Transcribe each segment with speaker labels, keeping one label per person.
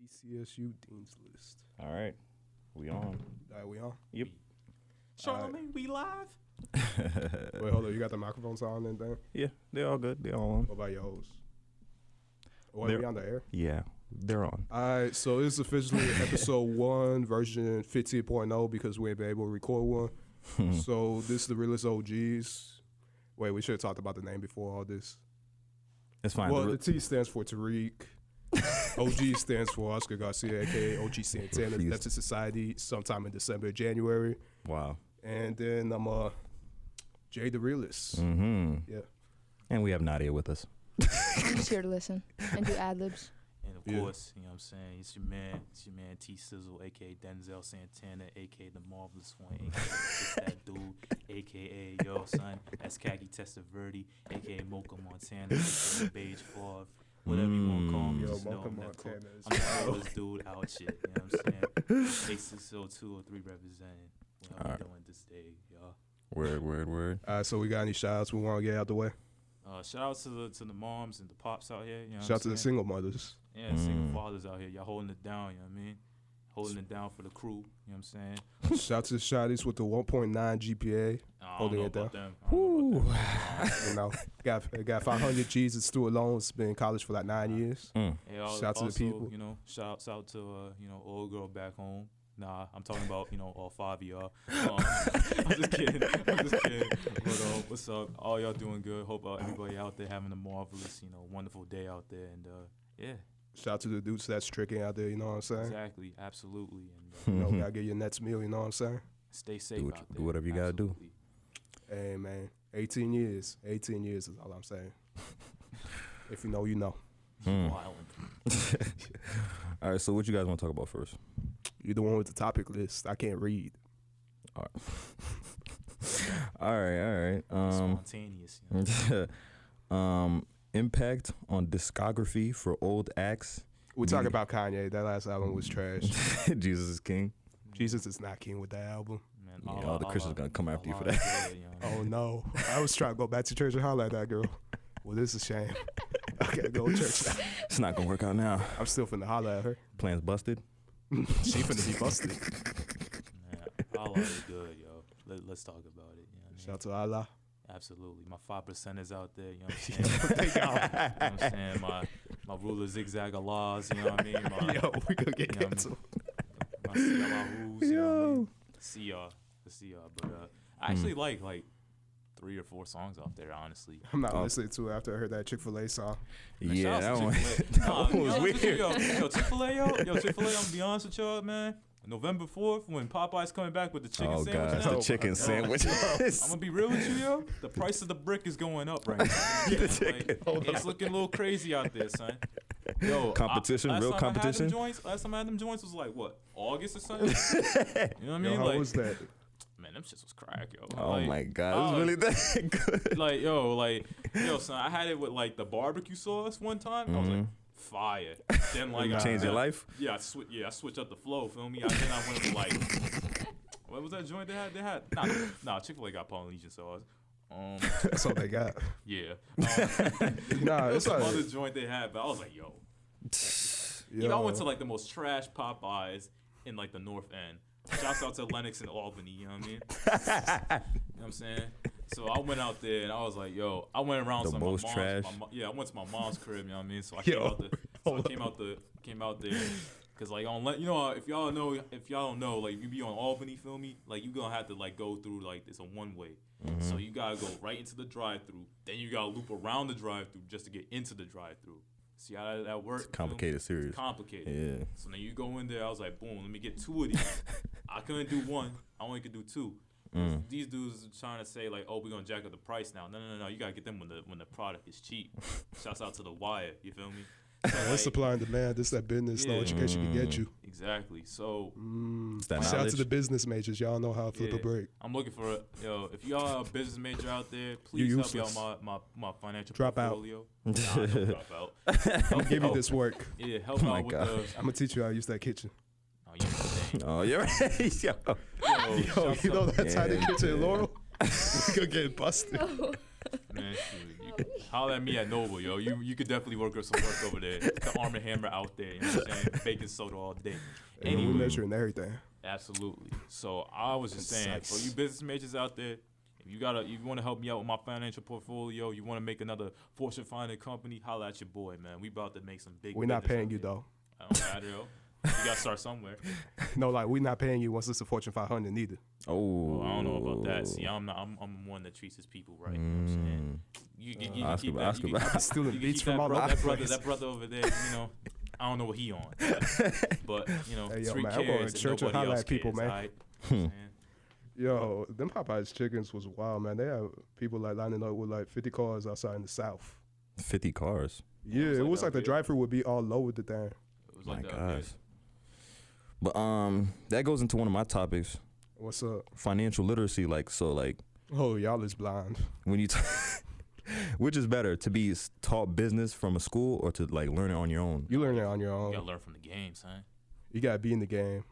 Speaker 1: E ECSU Dean's List.
Speaker 2: All right, we on.
Speaker 1: All right, we on?
Speaker 2: Yep.
Speaker 1: Charlamagne,
Speaker 3: we live?
Speaker 1: Wait, hold on. You got the microphones on and then?
Speaker 2: Yeah, they're all good. They're all on.
Speaker 1: What about your hoes? Or are
Speaker 2: They're-
Speaker 1: we on the air?
Speaker 2: Yeah, they're on.
Speaker 1: All right, so it's officially episode one, version 15.0, because we ain't been able to record one.
Speaker 2: Hmm. Mm-hmm.
Speaker 1: so this is the realest OGs. Wait, we should have talked about the name before all this.
Speaker 2: It's fine.
Speaker 1: well,
Speaker 2: The
Speaker 1: the T
Speaker 2: re-
Speaker 1: stands for Tariq. OG stands for Oscar Garcia, aka OG Santana.
Speaker 2: Refuse.
Speaker 1: That's a society sometime in December, January.
Speaker 2: wow.
Speaker 1: And then I'm uh, Jay the Realist.
Speaker 2: Mm-hmm.
Speaker 1: Yeah.
Speaker 2: And we have Nadia with us.
Speaker 4: I'm just here to listen and do ad libs.
Speaker 3: And of
Speaker 1: Yeah.
Speaker 3: course, you know what I'm saying? It's your man, it's your man T Sizzle, aka Denzel Santana, aka the Marvelous One, aka it's that dude, aka yo son, that's Khaki Testaverde, aka Mocha Montana, aka Beige Favre, whatever you want to call
Speaker 1: Mm.
Speaker 3: me.
Speaker 1: Yo,
Speaker 3: just know
Speaker 1: Mocha
Speaker 3: I'm that cool-
Speaker 1: Montana. is-
Speaker 3: I'm the coolest dude out shit, you know what I'm saying? A60203 representing what I'm
Speaker 2: Alright.
Speaker 3: doing this day, y'all.
Speaker 2: Word, word, word.
Speaker 1: All right, so we got any shout outs we want to get out the way?
Speaker 3: Uh, shout out to the to the moms and the pops out here. You know what
Speaker 1: shout
Speaker 3: I'm
Speaker 1: out to the
Speaker 3: saying?
Speaker 1: single mothers.
Speaker 3: Yeah, single
Speaker 2: Mm.
Speaker 3: fathers out here. Y'all holding it down, you know what I mean? Holding it down for the crew, you know what I'm saying?
Speaker 1: shout out to the shotties with the 1.9 GPA.
Speaker 3: I don't
Speaker 1: Holding
Speaker 3: know
Speaker 1: it
Speaker 3: about them. I don't
Speaker 2: Woo.
Speaker 3: know about them.
Speaker 1: You know, got got 500 G's in student loans. Been in college for like nine years.
Speaker 2: Mm.
Speaker 3: Hey, al-
Speaker 1: Shout out to the
Speaker 3: also,
Speaker 1: people.
Speaker 3: You know, shout outs out to uh, you know old girl back home. Nah, I'm talking about you know all five of y'all. Um, I'm just kidding. I'm just kidding. But uh, what's up? All y'all doing good. Hope uh, everybody out there having a marvelous, you know, wonderful day out there. And uh, yeah,
Speaker 1: Shout out to the dudes that's tricking out there. You know what I'm saying?
Speaker 3: exactly, absolutely. And uh,
Speaker 1: You know,
Speaker 2: Mm-hmm.
Speaker 1: gotta get your next meal. You know what I'm saying?
Speaker 3: stay safe
Speaker 2: what
Speaker 3: out
Speaker 2: you-
Speaker 3: there.
Speaker 2: do whatever you gotta do.
Speaker 3: Absolutely.
Speaker 1: Hey man, 18 years. 18 years is all I'm saying. if you know, you know.
Speaker 2: Mm.
Speaker 3: Wildin'.
Speaker 2: All right, so what you guys want to talk about first?
Speaker 1: You're the one with the topic list. I can't read.
Speaker 2: All right, all right, all right. Um,
Speaker 3: spontaneous. You know?
Speaker 2: um, impact on discography for old acts.
Speaker 1: We're talking
Speaker 2: Me.
Speaker 1: about Kanye. That last album was trash.
Speaker 2: Jesus is King.
Speaker 1: Jesus is not king with that album.
Speaker 3: Man,
Speaker 2: Yeah,
Speaker 3: Allah-
Speaker 2: all the Christians
Speaker 3: Allah-
Speaker 2: gonna come after you for
Speaker 3: Allah
Speaker 2: that.
Speaker 3: is good, you know what I mean?
Speaker 1: Oh no! I was trying to go back to church and holler at that girl. Well, this is a shame. I gotta go to church. now.
Speaker 2: It's not gonna work out now.
Speaker 1: I'm still finna holler at her.
Speaker 2: Plans busted.
Speaker 1: she finna be busted.
Speaker 3: Man, Allah is good, yo. Let, let's talk about it. You know what I
Speaker 1: Shout
Speaker 3: mean?
Speaker 1: out to Allah.
Speaker 3: Absolutely. My five percenters out there, you know what I'm saying? you know what I'm saying? My, my ruler zigzag Allahs, you know what I mean? My,
Speaker 1: Yo, we gonna get
Speaker 3: You know what I
Speaker 1: canceled.
Speaker 3: mean? my CLRs, you know what I mean? See y'all. See y'all. But uh, I
Speaker 2: Hmm.
Speaker 3: actually like like three or four songs off there, honestly.
Speaker 1: I'm not
Speaker 2: Oh.
Speaker 1: listening to it after I heard that Chick Fil A song.
Speaker 3: Man,
Speaker 2: yeah,
Speaker 3: shout out
Speaker 2: that
Speaker 3: to
Speaker 2: one.
Speaker 3: Chick-fil-A. Nah,
Speaker 2: one
Speaker 3: to be
Speaker 2: was
Speaker 3: honest with you,
Speaker 2: weird.
Speaker 3: Yo, yo Chick Fil A, yo, yo Chick Fil A. I'm gonna be honest with y'all, man. November fourth, when Popeye's coming back with the chicken
Speaker 2: Oh
Speaker 3: sandwich.
Speaker 2: god,
Speaker 3: now,
Speaker 2: the chicken sandwich.
Speaker 3: I'm gonna be real with you, yo. The price of the brick is going up right now. Like, it's looking a little crazy out there, son. Yo, I-
Speaker 2: Competition,
Speaker 3: last
Speaker 2: real
Speaker 3: time I had them
Speaker 2: competition?
Speaker 3: joints, last time I had them joints was like what August or something. you know what I mean?
Speaker 1: Yo, how
Speaker 3: like,
Speaker 1: was that?
Speaker 3: man, them shits was crack, yo.
Speaker 2: oh
Speaker 3: Like,
Speaker 2: my god,
Speaker 3: oh,
Speaker 2: it's really that good.
Speaker 3: like yo, like yo, son. I had it with like the barbecue sauce one time. I was like, fire. Then like I-
Speaker 2: Change Mm-hmm. your life.
Speaker 3: Yeah, I swi- yeah, I switched up the flow. Feel me? I, then I went with like, what was that joint they had? They had nah, nah. Chick Fil A got Polynesian sauce. Um,
Speaker 1: That's all they got.
Speaker 3: yeah. Um,
Speaker 1: Nah,
Speaker 3: there was
Speaker 1: it's
Speaker 3: some
Speaker 1: like,
Speaker 3: other joint they had, but I was like, yo,
Speaker 1: yo,
Speaker 3: you know, I went to like the most trash Popeyes in like the North End. Shouts out to Lennox and Albany, you know what I mean? you know what I'm saying? So I went out there and I was like, yo, I went around
Speaker 2: The
Speaker 3: some
Speaker 2: most
Speaker 3: my mom's,
Speaker 2: trash.
Speaker 3: my mo- yeah, I went to my mom's crib, you know what I mean? So I came
Speaker 1: Yo,
Speaker 3: out the so I came out the came out there cuz like on Len- you know if y'all know if y'all don't know like you be on Albany, feel me? Like you going to have to like go through like it's a one way.
Speaker 2: Mm-hmm.
Speaker 3: So you got to go right into the drive-through. Then you got to loop around the drive-through just to get into the drive-through. See how that, that works?
Speaker 2: Complicated series.
Speaker 3: complicated.
Speaker 2: Yeah.
Speaker 3: So now you go in there, I was like, boom, let me get two of these. I couldn't do one, I only could do two.
Speaker 1: Mm.
Speaker 3: These dudes are trying to say like, oh, we're gonna jack up the price now. No, no, no, no. You gotta get them when the when the product is cheap. Shouts out to the wire. You feel me? So,
Speaker 1: That's
Speaker 3: like,
Speaker 1: supply and demand. This that business. No
Speaker 3: Yeah.
Speaker 1: education can get you.
Speaker 3: exactly. So
Speaker 2: It's that
Speaker 1: Shout out
Speaker 2: knowledge.
Speaker 1: to the business majors. Y'all know how to flip
Speaker 3: Yeah.
Speaker 1: a break.
Speaker 3: I'm looking for a, yo. If y'all are a business major out there, please
Speaker 1: You're
Speaker 3: help me out
Speaker 1: useless.
Speaker 3: my my, my financial
Speaker 1: Drop out.
Speaker 3: portfolio. Out. Nah, I don't drop out.
Speaker 1: I'm giving
Speaker 3: oh.
Speaker 1: you this work.
Speaker 3: Yeah, help
Speaker 2: my
Speaker 3: out with
Speaker 2: God.
Speaker 3: the.
Speaker 1: Oh I'm gonna teach you how to use that kitchen.
Speaker 3: Oh, you know what I'm saying.
Speaker 2: Oh, you're right.
Speaker 1: Yo,
Speaker 2: Yo.
Speaker 3: Yo, shouts
Speaker 1: you know
Speaker 3: out-
Speaker 1: that tiny
Speaker 2: Yeah,
Speaker 1: kitchen in
Speaker 2: yeah.
Speaker 1: Laurel? we gonna get busted.
Speaker 4: No.
Speaker 3: Man, man. Shoot. You, holler at me at Nova, yo. You you could definitely work up some work over there. Get The Arm and Hammer out there. You know what I'm saying? Baking soda all day.
Speaker 1: And we
Speaker 3: Anyway.
Speaker 1: measuring everything.
Speaker 3: Absolutely. So I was just saying, for
Speaker 2: Concise.
Speaker 3: you business majors out there, if you gotta, you want to help me out with my financial portfolio, you want to make another Fortune 500 company, holla at your boy, man. We about to make some big.
Speaker 1: We're not
Speaker 3: business
Speaker 1: paying
Speaker 3: out
Speaker 1: you
Speaker 3: here.
Speaker 1: though.
Speaker 3: I don't matter, yo. You gotta start somewhere.
Speaker 1: No, like we're not paying you once it's a Fortune 500 neither.
Speaker 2: Oh,
Speaker 3: Well, I don't know about that. See, I'm not. I'm, I'm one that treats his people right. You know what I'm saying?
Speaker 1: Mm.
Speaker 3: You, you, you can
Speaker 2: Ask
Speaker 3: keep
Speaker 2: about-
Speaker 3: that.
Speaker 2: ask
Speaker 3: You can
Speaker 2: about-
Speaker 3: keep that-
Speaker 1: Stealing
Speaker 3: you can
Speaker 1: beats
Speaker 3: keep
Speaker 1: from
Speaker 3: that
Speaker 1: all
Speaker 3: bro-
Speaker 2: Mm.
Speaker 1: the
Speaker 3: that brother,
Speaker 1: operators.
Speaker 3: that brother over there. You know, I don't know what he on, but you know,
Speaker 1: Hey, yo,
Speaker 3: Tariq
Speaker 1: man, I'm going
Speaker 3: cares
Speaker 1: to
Speaker 3: and
Speaker 1: church and
Speaker 3: nobody
Speaker 1: holla
Speaker 3: else
Speaker 1: at people,
Speaker 3: cares,
Speaker 1: man.
Speaker 3: aight?
Speaker 2: Hmm.
Speaker 3: You know what I'm saying?
Speaker 1: Yo, them Popeyes chickens was wild, man. They had people like lining up with like 50 cars outside in the South.
Speaker 2: 50 cars.
Speaker 1: Yeah, it
Speaker 3: like
Speaker 1: was
Speaker 3: that
Speaker 1: like the
Speaker 3: big.
Speaker 1: drive-through would be all over the thing.
Speaker 3: It was like
Speaker 2: my
Speaker 3: that. yeah.
Speaker 2: gosh. But um, that goes into one of my topics,
Speaker 1: What's up?
Speaker 2: financial literacy. Like so, like
Speaker 1: Oh, y'all is blind.
Speaker 2: when you, t- which is better to be s- taught business from a school or to like learn it on your own?
Speaker 1: You learn it on your
Speaker 3: You
Speaker 1: own.
Speaker 3: gotta learn from the game, son.
Speaker 1: You gotta be in the game.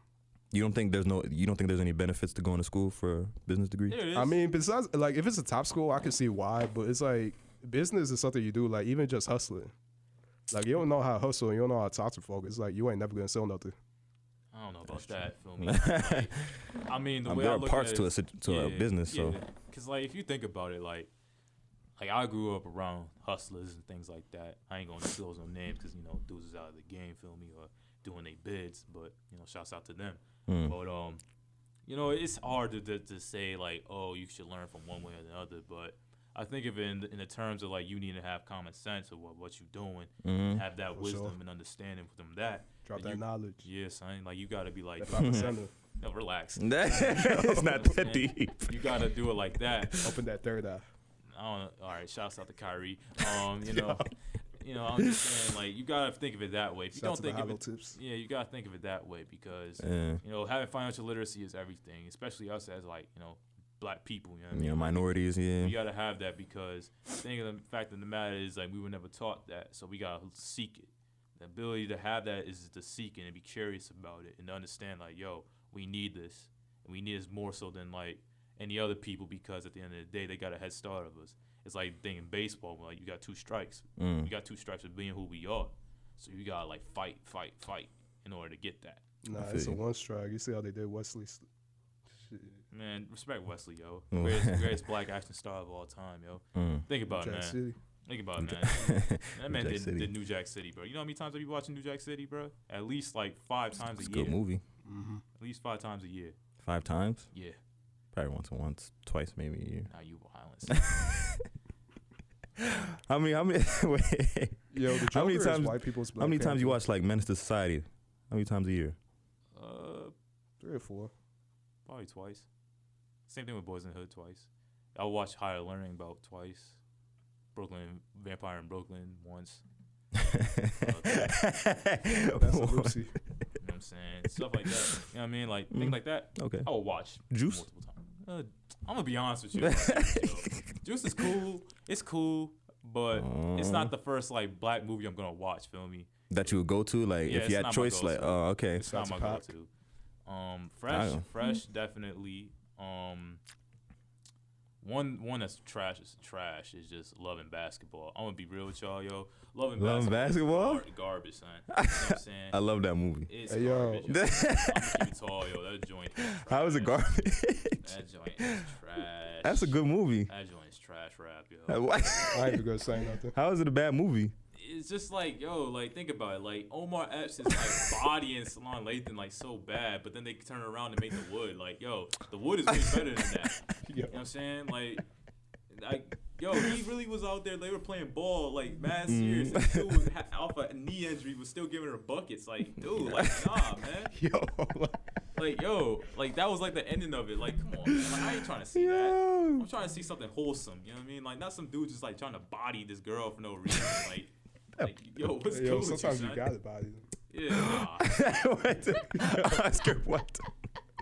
Speaker 2: You don't think there's no, you don't think there's any benefits to going to school for a business degree?
Speaker 3: There it is.
Speaker 1: I mean, besides, like, if it's a top school, I can see why, but it's like business is something you do, like, even just hustling. Like, you don't know how to hustle and you don't know how to talk to folk. It's like, you ain't never gonna sell nothing.
Speaker 3: I don't know about that. Feel me? Like, I mean, the
Speaker 2: Um,
Speaker 3: way
Speaker 2: there
Speaker 3: I
Speaker 2: are
Speaker 3: look
Speaker 2: parts
Speaker 3: at
Speaker 2: to
Speaker 3: it,
Speaker 2: a sit- to a business, so
Speaker 3: because like if you think about it, like like I grew up around hustlers and things like that. I ain't gonna disclose no names because you know dudes is out of the game. Feel me? Or doing their bids, but you know, shouts out to them.
Speaker 2: mm.
Speaker 3: But um, you know, it's hard to, to to say like, oh, you should learn from one way or the other. But I think of it in the, in the terms of like you need to have common sense of what what you doing,
Speaker 2: Mhm.
Speaker 3: have that
Speaker 1: Mm-hmm. For
Speaker 3: wisdom
Speaker 1: sure.
Speaker 3: and understanding from that.
Speaker 1: Drop
Speaker 3: And
Speaker 1: that
Speaker 3: you-
Speaker 1: knowledge.
Speaker 3: Yeah, son. Like you gotta be like,
Speaker 1: That 5%.
Speaker 3: no, relax.
Speaker 2: it's not that deep.
Speaker 3: You gotta do it like that.
Speaker 1: Open that third eye.
Speaker 3: I don't. All right. Shouts out to Kyrie. Um, you know, you know, I'm just saying like you gotta think of it that way. If you
Speaker 1: Shout out to
Speaker 3: don't
Speaker 1: the
Speaker 3: think of
Speaker 1: hollow
Speaker 3: it,
Speaker 1: tips.
Speaker 3: yeah, you gotta think of it that way because
Speaker 2: Yeah.
Speaker 3: you know having financial literacy is everything, especially us as like you know black people. You know, what I
Speaker 2: You
Speaker 3: mean?
Speaker 2: know, minorities. Yeah.
Speaker 3: we gotta have that because the thing of the fact of the matter is like we were never taught that, so we gotta seek it. The ability to have that is to seek it and be curious about it and to understand like, yo, we need this. And we need this more so than like any other people because at the end of the day they got a head start of us. It's like the thing in baseball, where, like you got two strikes.
Speaker 2: Mm.
Speaker 3: We got two strikes of being who we are. So you gotta like fight, fight, fight in order to get that.
Speaker 1: Nah,
Speaker 2: I
Speaker 1: it's a
Speaker 2: feel you.
Speaker 1: one strike. You see how they did Wesley? Sl- Shit.
Speaker 3: Man, respect Wesley, yo. Greatest, greatest black action star of all time, yo.
Speaker 2: Mm.
Speaker 3: Think about it,
Speaker 1: Jack
Speaker 3: man.
Speaker 1: City.
Speaker 3: Think about it, man. that man
Speaker 2: Jack
Speaker 3: did,
Speaker 2: City.
Speaker 3: did New Jack City, bro. You know how many times I be watching New Jack City, bro? At least like five times
Speaker 2: It's a
Speaker 3: a year.
Speaker 2: good movie.
Speaker 1: Mm-hmm.
Speaker 3: At least five times a year.
Speaker 2: Five times,
Speaker 3: Yeah.
Speaker 2: probably once, once, twice, maybe a year.
Speaker 3: Now you violence.
Speaker 2: How many? How many? wait.
Speaker 1: Yo, the
Speaker 2: How
Speaker 1: Joker
Speaker 2: many
Speaker 1: is
Speaker 2: times-
Speaker 1: white people's black
Speaker 2: How many times you
Speaker 1: Panther.
Speaker 2: watch like Menace to Society? How many times a year?
Speaker 3: uh,
Speaker 1: Three or four.
Speaker 3: probably twice. Same thing with Boys in the Hood twice. I watched Higher Learning about twice. Brooklyn Vampire in Brooklyn once.
Speaker 1: That's a Lucy.
Speaker 3: You know what I'm saying? Stuff like that. You know what I mean? Like things
Speaker 2: Mm.
Speaker 3: like that.
Speaker 2: okay.
Speaker 3: I will watch
Speaker 2: Juice?
Speaker 3: multiple times. Uh, I'm gonna be honest with you. about Juice, yo. Juice is cool. It's cool, but it's
Speaker 2: Mm.
Speaker 3: not the first like black movie I'm gonna watch. Feel me?
Speaker 2: That you would go to, like,
Speaker 3: Yeah,
Speaker 2: if you
Speaker 3: it's
Speaker 2: had
Speaker 3: not my
Speaker 2: choice, like,
Speaker 3: go-to.
Speaker 2: oh, okay.
Speaker 3: It's not
Speaker 1: Shots
Speaker 3: my
Speaker 1: of Pac.
Speaker 3: go-to. Um, fresh,
Speaker 2: Damn.
Speaker 3: fresh, definitely. Um, one one that's trash is trash is just loving basketball. I'm gonna be real with y'all, yo. Loving
Speaker 2: Loving
Speaker 3: basketball,
Speaker 2: basketball?
Speaker 3: is gar- garbage, son. You know what I'm saying?
Speaker 2: I love that movie.
Speaker 3: It's
Speaker 1: Hey, yo.
Speaker 3: garbage. Yo. I'm gonna keep it tall, yo. That joint. is
Speaker 2: How is it
Speaker 3: trash.
Speaker 2: garbage?
Speaker 3: That joint is trash.
Speaker 2: That's a good movie.
Speaker 3: That joint is trash rap, yo.
Speaker 1: I ain't even gonna say nothing.
Speaker 2: How is it a bad movie?
Speaker 3: it's just like yo, like think about it. Like Omar Epps is like bodying Salon Lathan like so bad, but then they turn around and make the wood. Like yo, the wood is way better than that. You know what I'm saying? Like, like yo, he really was out there. They were playing ball like mad serious.
Speaker 2: Mhm.
Speaker 3: This dude was ha- off a knee injury, was still giving her buckets. Like dude, like nah, man.
Speaker 2: Yo.
Speaker 3: Like yo, like that was like the ending of it. Like come on, man. Like, I ain't trying to see that.
Speaker 2: Yo.
Speaker 3: I'm trying to see something wholesome. You know what I mean? Like not some dude just like trying to body this girl for no reason. Like, like yo, what's
Speaker 1: Yo,
Speaker 3: cool with
Speaker 1: sometimes
Speaker 3: you,
Speaker 1: you
Speaker 3: son?
Speaker 1: got it, body.
Speaker 3: Yeah. Nah.
Speaker 2: What? Oscar, what?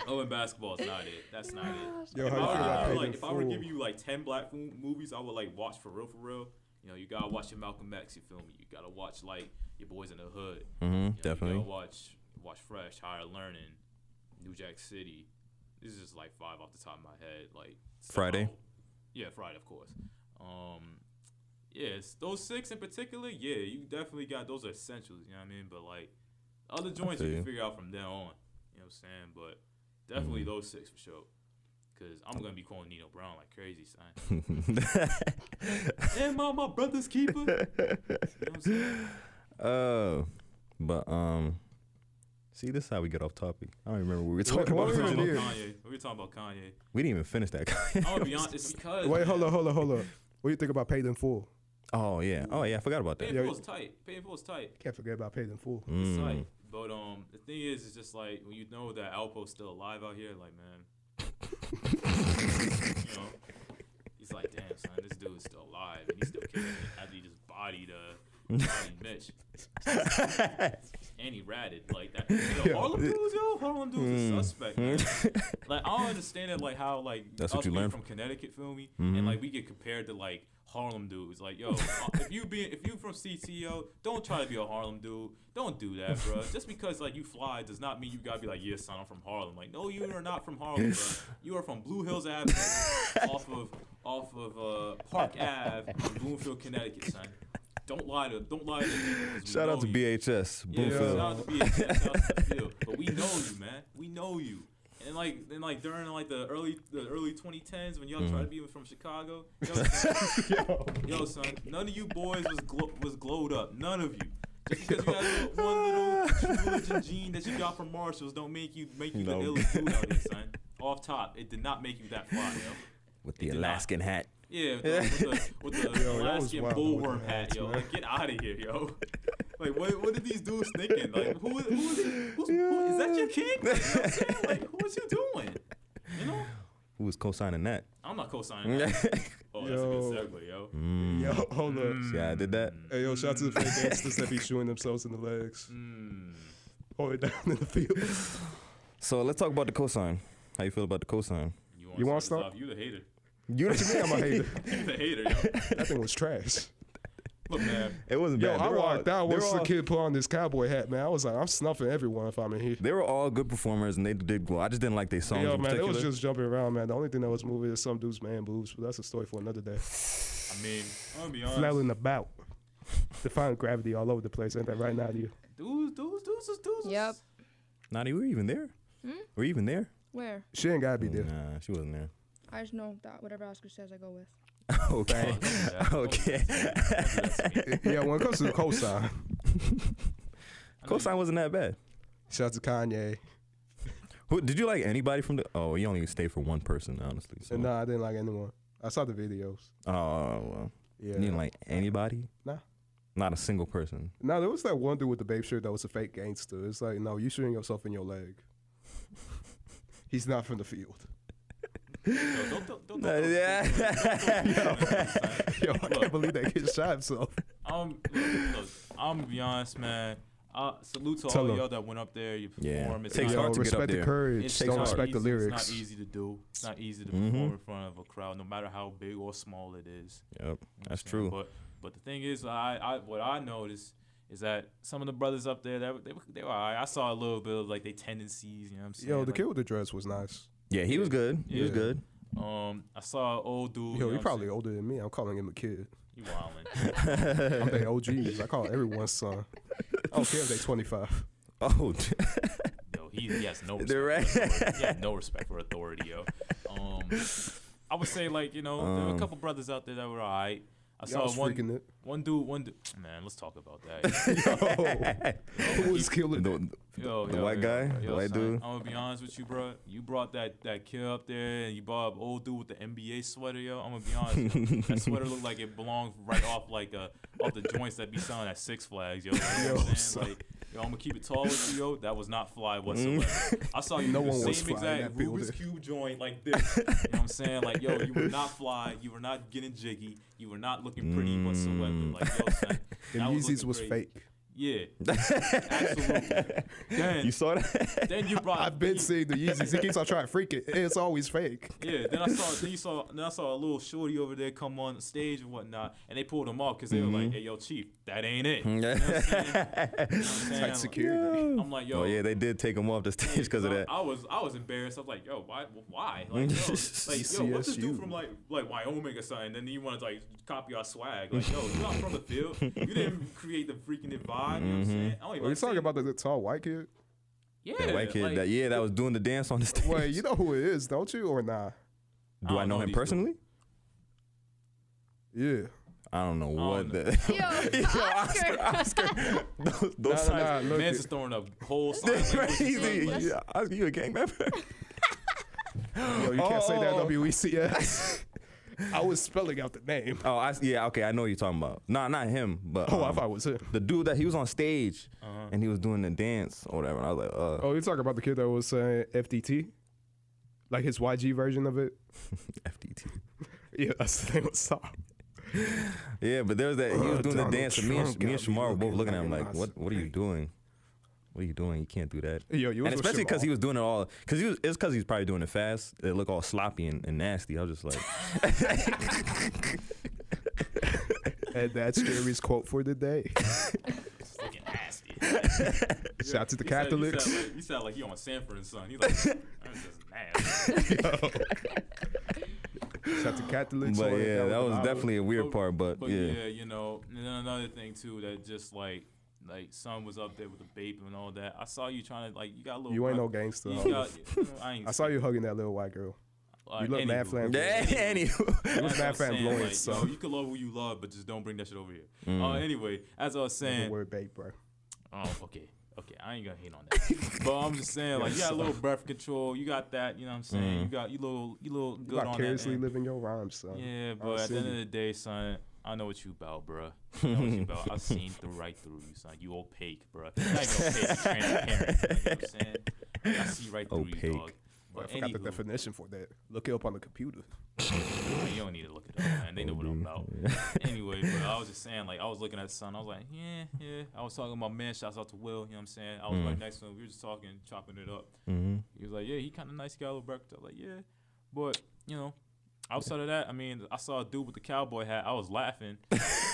Speaker 3: Owen basketball is not it. That's not it.
Speaker 1: Yo,
Speaker 3: If
Speaker 1: how
Speaker 3: I,
Speaker 1: you
Speaker 3: were,
Speaker 1: got
Speaker 3: to
Speaker 1: paid
Speaker 3: like,
Speaker 1: in
Speaker 3: if I were
Speaker 1: full?
Speaker 3: giving you like ten black mo- movies, I would like watch for real, for real. You know, you gotta watch your Malcolm X. You feel me? You gotta watch like your boys in the hood.
Speaker 2: Mm-hmm,
Speaker 3: You know, You
Speaker 2: definitely.
Speaker 3: gotta watch watch Fresh, Higher Learning, New Jack City. This is just like five off the top of my head. Like
Speaker 2: Friday?
Speaker 3: Step Out. Yeah, Friday, of course. Um, yes, those six in particular, yeah, you definitely got those are essentials. You know what I mean? But like other joints,
Speaker 2: feel
Speaker 3: you
Speaker 2: you.
Speaker 3: can figure out from then on. You know what I'm saying? But definitely those six for sure. Cause I'm gonna be calling Nino Brown like crazy, son. and my my brother's keeper. You know what I'm saying?
Speaker 2: Uh, but um, see, this is how we get off topic. I don't even remember what we were talking
Speaker 1: what
Speaker 2: about.
Speaker 1: we were
Speaker 3: We were talking
Speaker 2: originally.
Speaker 1: doing?
Speaker 3: about Kanye. We were talking about Kanye.
Speaker 2: We didn't even finish that.
Speaker 3: I'm gonna be honest. It's because
Speaker 1: Wait,
Speaker 3: man,
Speaker 1: hold up, hold up, hold up. What do you think about paid in full?
Speaker 2: oh yeah. Oh yeah. I forgot about
Speaker 3: Pay
Speaker 2: that.
Speaker 3: in
Speaker 1: Yeah.
Speaker 3: full is tight. Pay in full is tight.
Speaker 1: Can't forget about paid in full.
Speaker 3: It's
Speaker 2: Mm.
Speaker 3: tight. But um, the thing is, it's just like when you know that Alpo's still alive out here, like man, you know, he's like, damn son, this dude is still alive and he's still kicking it after he just bodied uh, bodied Mitch and he ratted like that. Yo, Harlem dudes, yo, Harlem dudes
Speaker 2: Hmm.
Speaker 3: is suspect. Man. Like I don't understand it, like how like
Speaker 2: That's
Speaker 3: us
Speaker 2: what you
Speaker 3: being
Speaker 2: learn Mm-hmm.
Speaker 3: from Connecticut, feel me, and like we get compared to like. Harlem dudes, like yo, uh, if you being if you from CTO, don't try to be a Harlem dude. Don't do that, bro. Just because like you fly does not mean you gotta be like, yes, son, I'm from Harlem. Like, no, you are not from Harlem, bro. You are from Blue Hills Avenue, off of off of uh, Park Ave, in Bloomfield, Connecticut, son. Don't lie to don't lie to the people 'cause we
Speaker 2: Shout
Speaker 3: know
Speaker 2: out to
Speaker 3: you.
Speaker 2: BHS.
Speaker 3: Yeah,
Speaker 2: Bloomfield.
Speaker 3: shout out to BHS, shout out to the field. But we know you, man. We know you. And like, and like during like the early, the early 2010s when y'all tried to be from Chicago, yo, son, yo, son, none of you boys was glo- was glowed up. None of you. Just because you got that one little true religion gene that you got from Marshalls, don't make you make you
Speaker 2: You know.
Speaker 3: the illest dude out here, son. Off top, it did not make you that fly, yo.
Speaker 2: With the
Speaker 3: Did not.
Speaker 2: Alaskan hat.
Speaker 3: Yeah, with the, with the, with the
Speaker 1: Yo, that was
Speaker 3: Alaskan
Speaker 1: wild with
Speaker 3: bullworm
Speaker 1: the
Speaker 3: hat,
Speaker 1: hats,
Speaker 3: yo.
Speaker 1: man.
Speaker 3: Like, get out of here, yo. Like, what, what are these dudes thinking? Like, who is, who is, who's, who, is that your kid? Like, you know what I'm saying? Like, who is you doing? You know?
Speaker 2: Who was co-signing that?
Speaker 3: I'm not co-signing that.
Speaker 2: yeah,
Speaker 3: Oh, that's a
Speaker 1: Yo.
Speaker 3: good segue, yo.
Speaker 2: Mm.
Speaker 1: Yo, hold up.
Speaker 2: I did that.
Speaker 1: Hey, yo, shout out to the fake gangsters that be shooting themselves in the legs.
Speaker 3: Mm.
Speaker 1: Hold it down in the field.
Speaker 2: So let's talk about the cosign. How you feel about the cosign?
Speaker 1: You
Speaker 3: wanna
Speaker 1: wanna
Speaker 3: start this
Speaker 1: stop?
Speaker 3: off? You the hater.
Speaker 2: You
Speaker 1: What you mean I'm a hater?
Speaker 3: You the hater, yo.
Speaker 1: That thing was trash.
Speaker 3: Look, man.
Speaker 2: It wasn't
Speaker 1: Yo,
Speaker 2: bad.
Speaker 1: I
Speaker 2: They were all-
Speaker 1: walked out
Speaker 2: they were
Speaker 1: once the
Speaker 2: all-
Speaker 1: kid put on this cowboy hat, man. I was like, I'm snuffing everyone if I'm in here.
Speaker 2: They were all good performers and they did well. I just didn't like their songs.
Speaker 1: Yo,
Speaker 2: in
Speaker 1: man, it was
Speaker 2: particular.
Speaker 1: just jumping around, man. The only thing that was moving is some dude's man boobs, but that's a story for another day.
Speaker 3: I mean, I'm gonna be honest.
Speaker 1: Flailing about. Defying gravity all over the place. Ain't that right now to you?
Speaker 3: Dudes, dudes, dudes, is- dudes. is-
Speaker 4: Yep.
Speaker 2: Not we were you even there.
Speaker 3: Hmm?
Speaker 2: Were you even there?
Speaker 4: Where?
Speaker 1: She ain't gotta be there.
Speaker 2: Nah, she wasn't there.
Speaker 4: I just know that whatever Oscar says, I go with.
Speaker 2: okay. Okay.
Speaker 1: yeah, when it comes to the cosign,
Speaker 2: Cosign wasn't that bad.
Speaker 1: shout out to Kanye.
Speaker 2: Who did you like anybody from the Oh, you only stayed for one person, honestly. So.
Speaker 1: And uh, nah, I didn't like anyone. I saw the videos.
Speaker 2: Oh well.
Speaker 1: Yeah.
Speaker 2: You didn't like anybody?
Speaker 1: Nah.
Speaker 2: Not a single person.
Speaker 1: Now there was that one dude with the babe shirt that was a fake gangster. It's like, no, you shooting yourself in your leg. He's not from the field.
Speaker 3: Yo, don't, don't, don't,
Speaker 2: Nah,
Speaker 3: don't,
Speaker 2: yeah.
Speaker 3: don't- don't- don't-
Speaker 1: Yo, I
Speaker 3: Look.
Speaker 1: can't believe that kid shot himself.
Speaker 3: Um, look, look, I'm gonna be honest, man. Uh, salute to
Speaker 1: Tell
Speaker 3: all
Speaker 1: 'em.
Speaker 3: y'all that went up there. You
Speaker 2: Yeah.
Speaker 3: perform. It's
Speaker 2: Takes
Speaker 3: not,
Speaker 1: Yo,
Speaker 2: hard to get up
Speaker 1: respect the
Speaker 2: there.
Speaker 1: courage.
Speaker 3: it's
Speaker 1: Don't
Speaker 3: not
Speaker 1: respect
Speaker 3: easy,
Speaker 1: the lyrics. Mm-hmm.
Speaker 3: It's not easy to do. It's not easy to
Speaker 2: Mhm.
Speaker 3: perform in front of a crowd, no matter how big or small it is.
Speaker 2: Yep.
Speaker 3: You know what I'm
Speaker 2: That's
Speaker 3: saying?
Speaker 2: true.
Speaker 3: But but the thing is, I, I what I noticed is that some of the brothers up there that they, were- they were all right. I saw a little bit of like their tendencies. You know what I'm saying?
Speaker 1: Yo, the
Speaker 3: like,
Speaker 1: kid with the dreads was nice.
Speaker 2: Yeah, he was good. He was
Speaker 1: Yeah.
Speaker 2: good.
Speaker 3: Um, I saw an old dude.
Speaker 1: Yo,
Speaker 3: you know
Speaker 1: he
Speaker 3: what I'm
Speaker 1: probably older than me. I'm calling him a kid.
Speaker 3: saying? you wildin'.
Speaker 1: I'm their OGs. I call everyone's son. I don't care if they 25.
Speaker 2: Oh,
Speaker 3: Yo, he, he has no
Speaker 2: They're
Speaker 3: respect. for authority. he had no respect for authority, yo. Um, I would say like you know there were a
Speaker 2: Um,
Speaker 3: couple brothers out there that were alright.
Speaker 1: Y'all
Speaker 3: I saw
Speaker 1: was
Speaker 3: one
Speaker 1: freaking it.
Speaker 3: one dude one dude. Man, let's talk about that.
Speaker 1: Oh, Yo, who was killing it?
Speaker 2: the,
Speaker 3: Yo,
Speaker 2: The
Speaker 3: yo,
Speaker 2: white
Speaker 3: yo,
Speaker 2: guy?
Speaker 3: yo,
Speaker 2: The
Speaker 3: yo,
Speaker 2: white
Speaker 3: son,
Speaker 2: dude?
Speaker 3: I'm gonna be honest with you, bro. You brought that that kid up there, and you brought up old dude with the NBA sweater, yo. I'm gonna be honest. yo. that sweater looked like it belonged right off like uh off the joints that be selling at Six Flags, yo. You know what
Speaker 1: Yo,
Speaker 3: I'm
Speaker 1: son.
Speaker 3: saying? Like, yo, I'm gonna keep it tall with you, yo. That was not fly whatsoever. I saw you
Speaker 1: Mm. No
Speaker 3: do the
Speaker 1: one was fly
Speaker 3: same
Speaker 1: in
Speaker 3: exact
Speaker 1: that
Speaker 3: Rubik's
Speaker 1: building.
Speaker 3: cube joint like this. you know what I'm saying? Like, yo, you were not fly. You were not getting jiggy. You were not looking pretty whatsoever. Like, yo, son.
Speaker 1: And
Speaker 3: that was
Speaker 1: Mm. Yeezys
Speaker 3: looking
Speaker 1: was
Speaker 3: crazy.
Speaker 1: fake.
Speaker 3: Yeah, absolutely. Then,
Speaker 2: You saw that?
Speaker 3: then you brought.
Speaker 1: I've been
Speaker 3: you-
Speaker 1: seeing the Yeezys. He keeps on trying to freak it. It's always fake.
Speaker 3: Yeah, then I saw then you saw then I saw a little shorty over there come on stage and whatnot, and they pulled him off because they were
Speaker 2: Mm-hmm.
Speaker 3: like, "Hey, yo, chief, that ain't it." You know what I'm saying? You know what I'm saying?
Speaker 1: Tight
Speaker 3: I'm
Speaker 1: security.
Speaker 3: Like, I'm like, yo,
Speaker 2: oh yeah, they did take him off the stage because of
Speaker 3: I-
Speaker 2: that.
Speaker 3: I was I was embarrassed. I was like, yo, why? Why? Like, yo, like, yo what's this
Speaker 1: CSU.
Speaker 3: dude from like like Wyoming or something? Then you want to like copy our swag? Like, yo, you not from the field. You didn't create the freaking vibe. You know what I'm
Speaker 2: Mm-hmm.
Speaker 3: saying? I don't even
Speaker 1: Are you talking
Speaker 3: understand-
Speaker 1: about the, the tall white kid?
Speaker 3: yeah,
Speaker 2: That white kid,
Speaker 3: like,
Speaker 2: that yeah, that was doing the dance on the stage.
Speaker 1: Wait, you know who it is, don't you? Or nah?
Speaker 2: Do I,
Speaker 3: don't
Speaker 2: know,
Speaker 3: know
Speaker 2: him
Speaker 3: these dudes.
Speaker 2: personally?
Speaker 1: Yeah.
Speaker 2: I don't know what
Speaker 3: know.
Speaker 2: the.
Speaker 4: Yo, Oscar.
Speaker 2: those
Speaker 1: Nah,
Speaker 2: those
Speaker 1: nah, nah,
Speaker 2: signs.
Speaker 1: look
Speaker 3: Man's
Speaker 1: it.
Speaker 3: just throwing up whole sign
Speaker 2: That's
Speaker 3: language and stuff,
Speaker 2: crazy.
Speaker 3: like-
Speaker 2: Yeah, Oscar, you a gang member?
Speaker 1: Yo, you can't say that E
Speaker 2: Oh.
Speaker 1: WECS. I was spelling out the name.
Speaker 2: oh, I, yeah. Okay, I know what you're talking about. Nah, not him, but
Speaker 1: Oh, I
Speaker 2: um,
Speaker 1: thought it was him.
Speaker 2: the dude that he was on stage
Speaker 3: uh-huh.
Speaker 2: and he was doing the dance or whatever. And I was like, uh,
Speaker 1: Oh, you talking about the kid that was saying FDT? Like his YG version of it?
Speaker 2: FDT.
Speaker 1: Yeah, that's the name of the song.
Speaker 2: Yeah, but there was that he was
Speaker 1: Uh,
Speaker 2: doing the
Speaker 1: Donald
Speaker 2: dance, and me and,
Speaker 1: Trump
Speaker 2: me and
Speaker 1: got me
Speaker 2: Shamar were both
Speaker 1: looking
Speaker 2: looking at
Speaker 1: like
Speaker 2: him
Speaker 1: an
Speaker 2: like, "What? What are you doing? What are you doing? You can't do that."
Speaker 1: Yo, you
Speaker 2: and
Speaker 1: was with
Speaker 2: especially because
Speaker 1: Shamar.
Speaker 2: he was doing it all, because he was, it's because he's probably doing it fast. It looked all sloppy and, and nasty. I was just like,
Speaker 1: And that's Jerry's quote for the day.
Speaker 3: It's looking nasty.
Speaker 1: Shout out to the
Speaker 3: You sound- you
Speaker 1: Catholics.
Speaker 3: sound like- You sound like you on Sanford and Son. He's like, that's just nasty.
Speaker 1: Shout out to Catholics.
Speaker 2: but
Speaker 1: All
Speaker 2: yeah, that was
Speaker 1: loud.
Speaker 2: definitely a weird
Speaker 3: But-
Speaker 2: part. But,
Speaker 3: But
Speaker 2: yeah,
Speaker 3: yeah. you know. And then another thing too that just like like son was up there with the babe and all that. I saw you trying to like you got a little.
Speaker 1: You ain't no
Speaker 3: rough-
Speaker 1: gangster.
Speaker 3: you
Speaker 1: homie.
Speaker 3: got- you know, I, ain't
Speaker 1: I saw you hugging that little white girl.
Speaker 3: like,
Speaker 1: look mad
Speaker 3: anywho.
Speaker 1: flamboyant.
Speaker 2: yeah. anywho.
Speaker 1: It was
Speaker 3: That's what
Speaker 1: bad fan
Speaker 3: I'm saying,
Speaker 1: blowing,
Speaker 3: like,
Speaker 1: so
Speaker 3: yo, you can love who you love, but just don't bring that shit over here.
Speaker 2: Mm.
Speaker 1: Mm.
Speaker 3: Uh, anyway, as I was
Speaker 1: the
Speaker 3: saying,
Speaker 1: word bait, bro.
Speaker 3: Oh, okay. Okay, I ain't gonna hate on that. but I'm just saying, like, you got a little breath control. You got that, you know what I'm saying? You got you little you little good
Speaker 1: Mm-hmm. You
Speaker 3: on
Speaker 1: vicariously
Speaker 3: that. end.
Speaker 1: living your rhymes, son.
Speaker 3: Yeah, but at
Speaker 1: see
Speaker 3: the end
Speaker 1: you.
Speaker 3: of the day, son, I know what you about, bruh. I know what you about. I've seen through right through you, son. You opaque, bruh. Not even opaque, you're transparent. bruh. You know what I'm saying? I see right through you,
Speaker 2: Opaque.
Speaker 3: dog.
Speaker 1: I
Speaker 3: But
Speaker 1: forgot the
Speaker 3: anywho,
Speaker 1: definition for that. Look it up on the computer.
Speaker 3: Man, you don't need to look it up, man. They know what I'm about.
Speaker 2: Mm-hmm.
Speaker 3: anyway, but I was just saying, like, I was looking at the son. I was like, yeah, yeah. I was talking about man. Shouts out to Will. You know what I'm saying? I was right next to him. We were just talking, chopping it up.
Speaker 2: Mm-hmm.
Speaker 3: He was like, yeah, he kind of nice. He got a little breakfast. I was like, yeah. But, you know, outside of that, I mean, I saw a dude with the cowboy hat. I was laughing.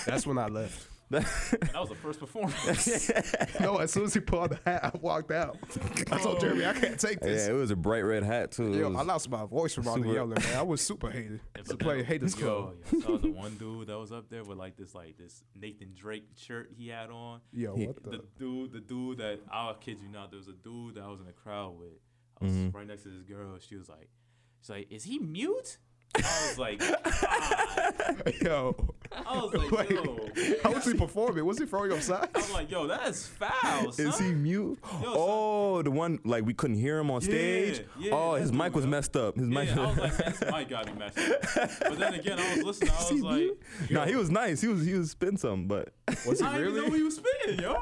Speaker 1: That's when I left.
Speaker 3: And that was the first performance.
Speaker 1: no, as soon as he pulled out the hat, I walked out. I
Speaker 3: Oh.
Speaker 1: told Jeremy, I can't take this.
Speaker 2: yeah, it was a bright red hat too. It
Speaker 1: Yo, I
Speaker 2: was-
Speaker 1: lost my voice from all the
Speaker 2: super-
Speaker 1: yelling, man. I was super hated. It's a play haters club.
Speaker 3: Yo, yo, I saw the one dude that was up there with like this, like this Nathan Drake shirt he had on.
Speaker 1: Yo, what the?
Speaker 3: the dude, the dude that I kid you not, there was a dude that I was in the crowd with. I was
Speaker 2: Mm-hmm.
Speaker 3: right next to this girl. She was like, she's like, is he mute? I was like, "Ah."
Speaker 1: Yo,
Speaker 3: I was like,
Speaker 1: Wait.
Speaker 3: yo,
Speaker 1: how was he performing? Was he throwing upside?
Speaker 3: I'm like, yo, that's foul, son.
Speaker 2: Is he mute?
Speaker 3: son.
Speaker 2: oh, the one like we couldn't hear him on stage.
Speaker 3: yeah,
Speaker 2: oh,
Speaker 3: that
Speaker 2: his mic
Speaker 3: dude,
Speaker 2: was
Speaker 3: yo.
Speaker 2: messed up. His mic.
Speaker 3: yeah, I was like, man, this mic got me messed up. But then again, I was listening. I
Speaker 2: Is
Speaker 3: was
Speaker 2: he
Speaker 3: like,
Speaker 2: mute? nah, he was nice. He was he was spin some, but
Speaker 1: Was he
Speaker 3: I didn't even know
Speaker 1: really?
Speaker 3: he was spitting, yo.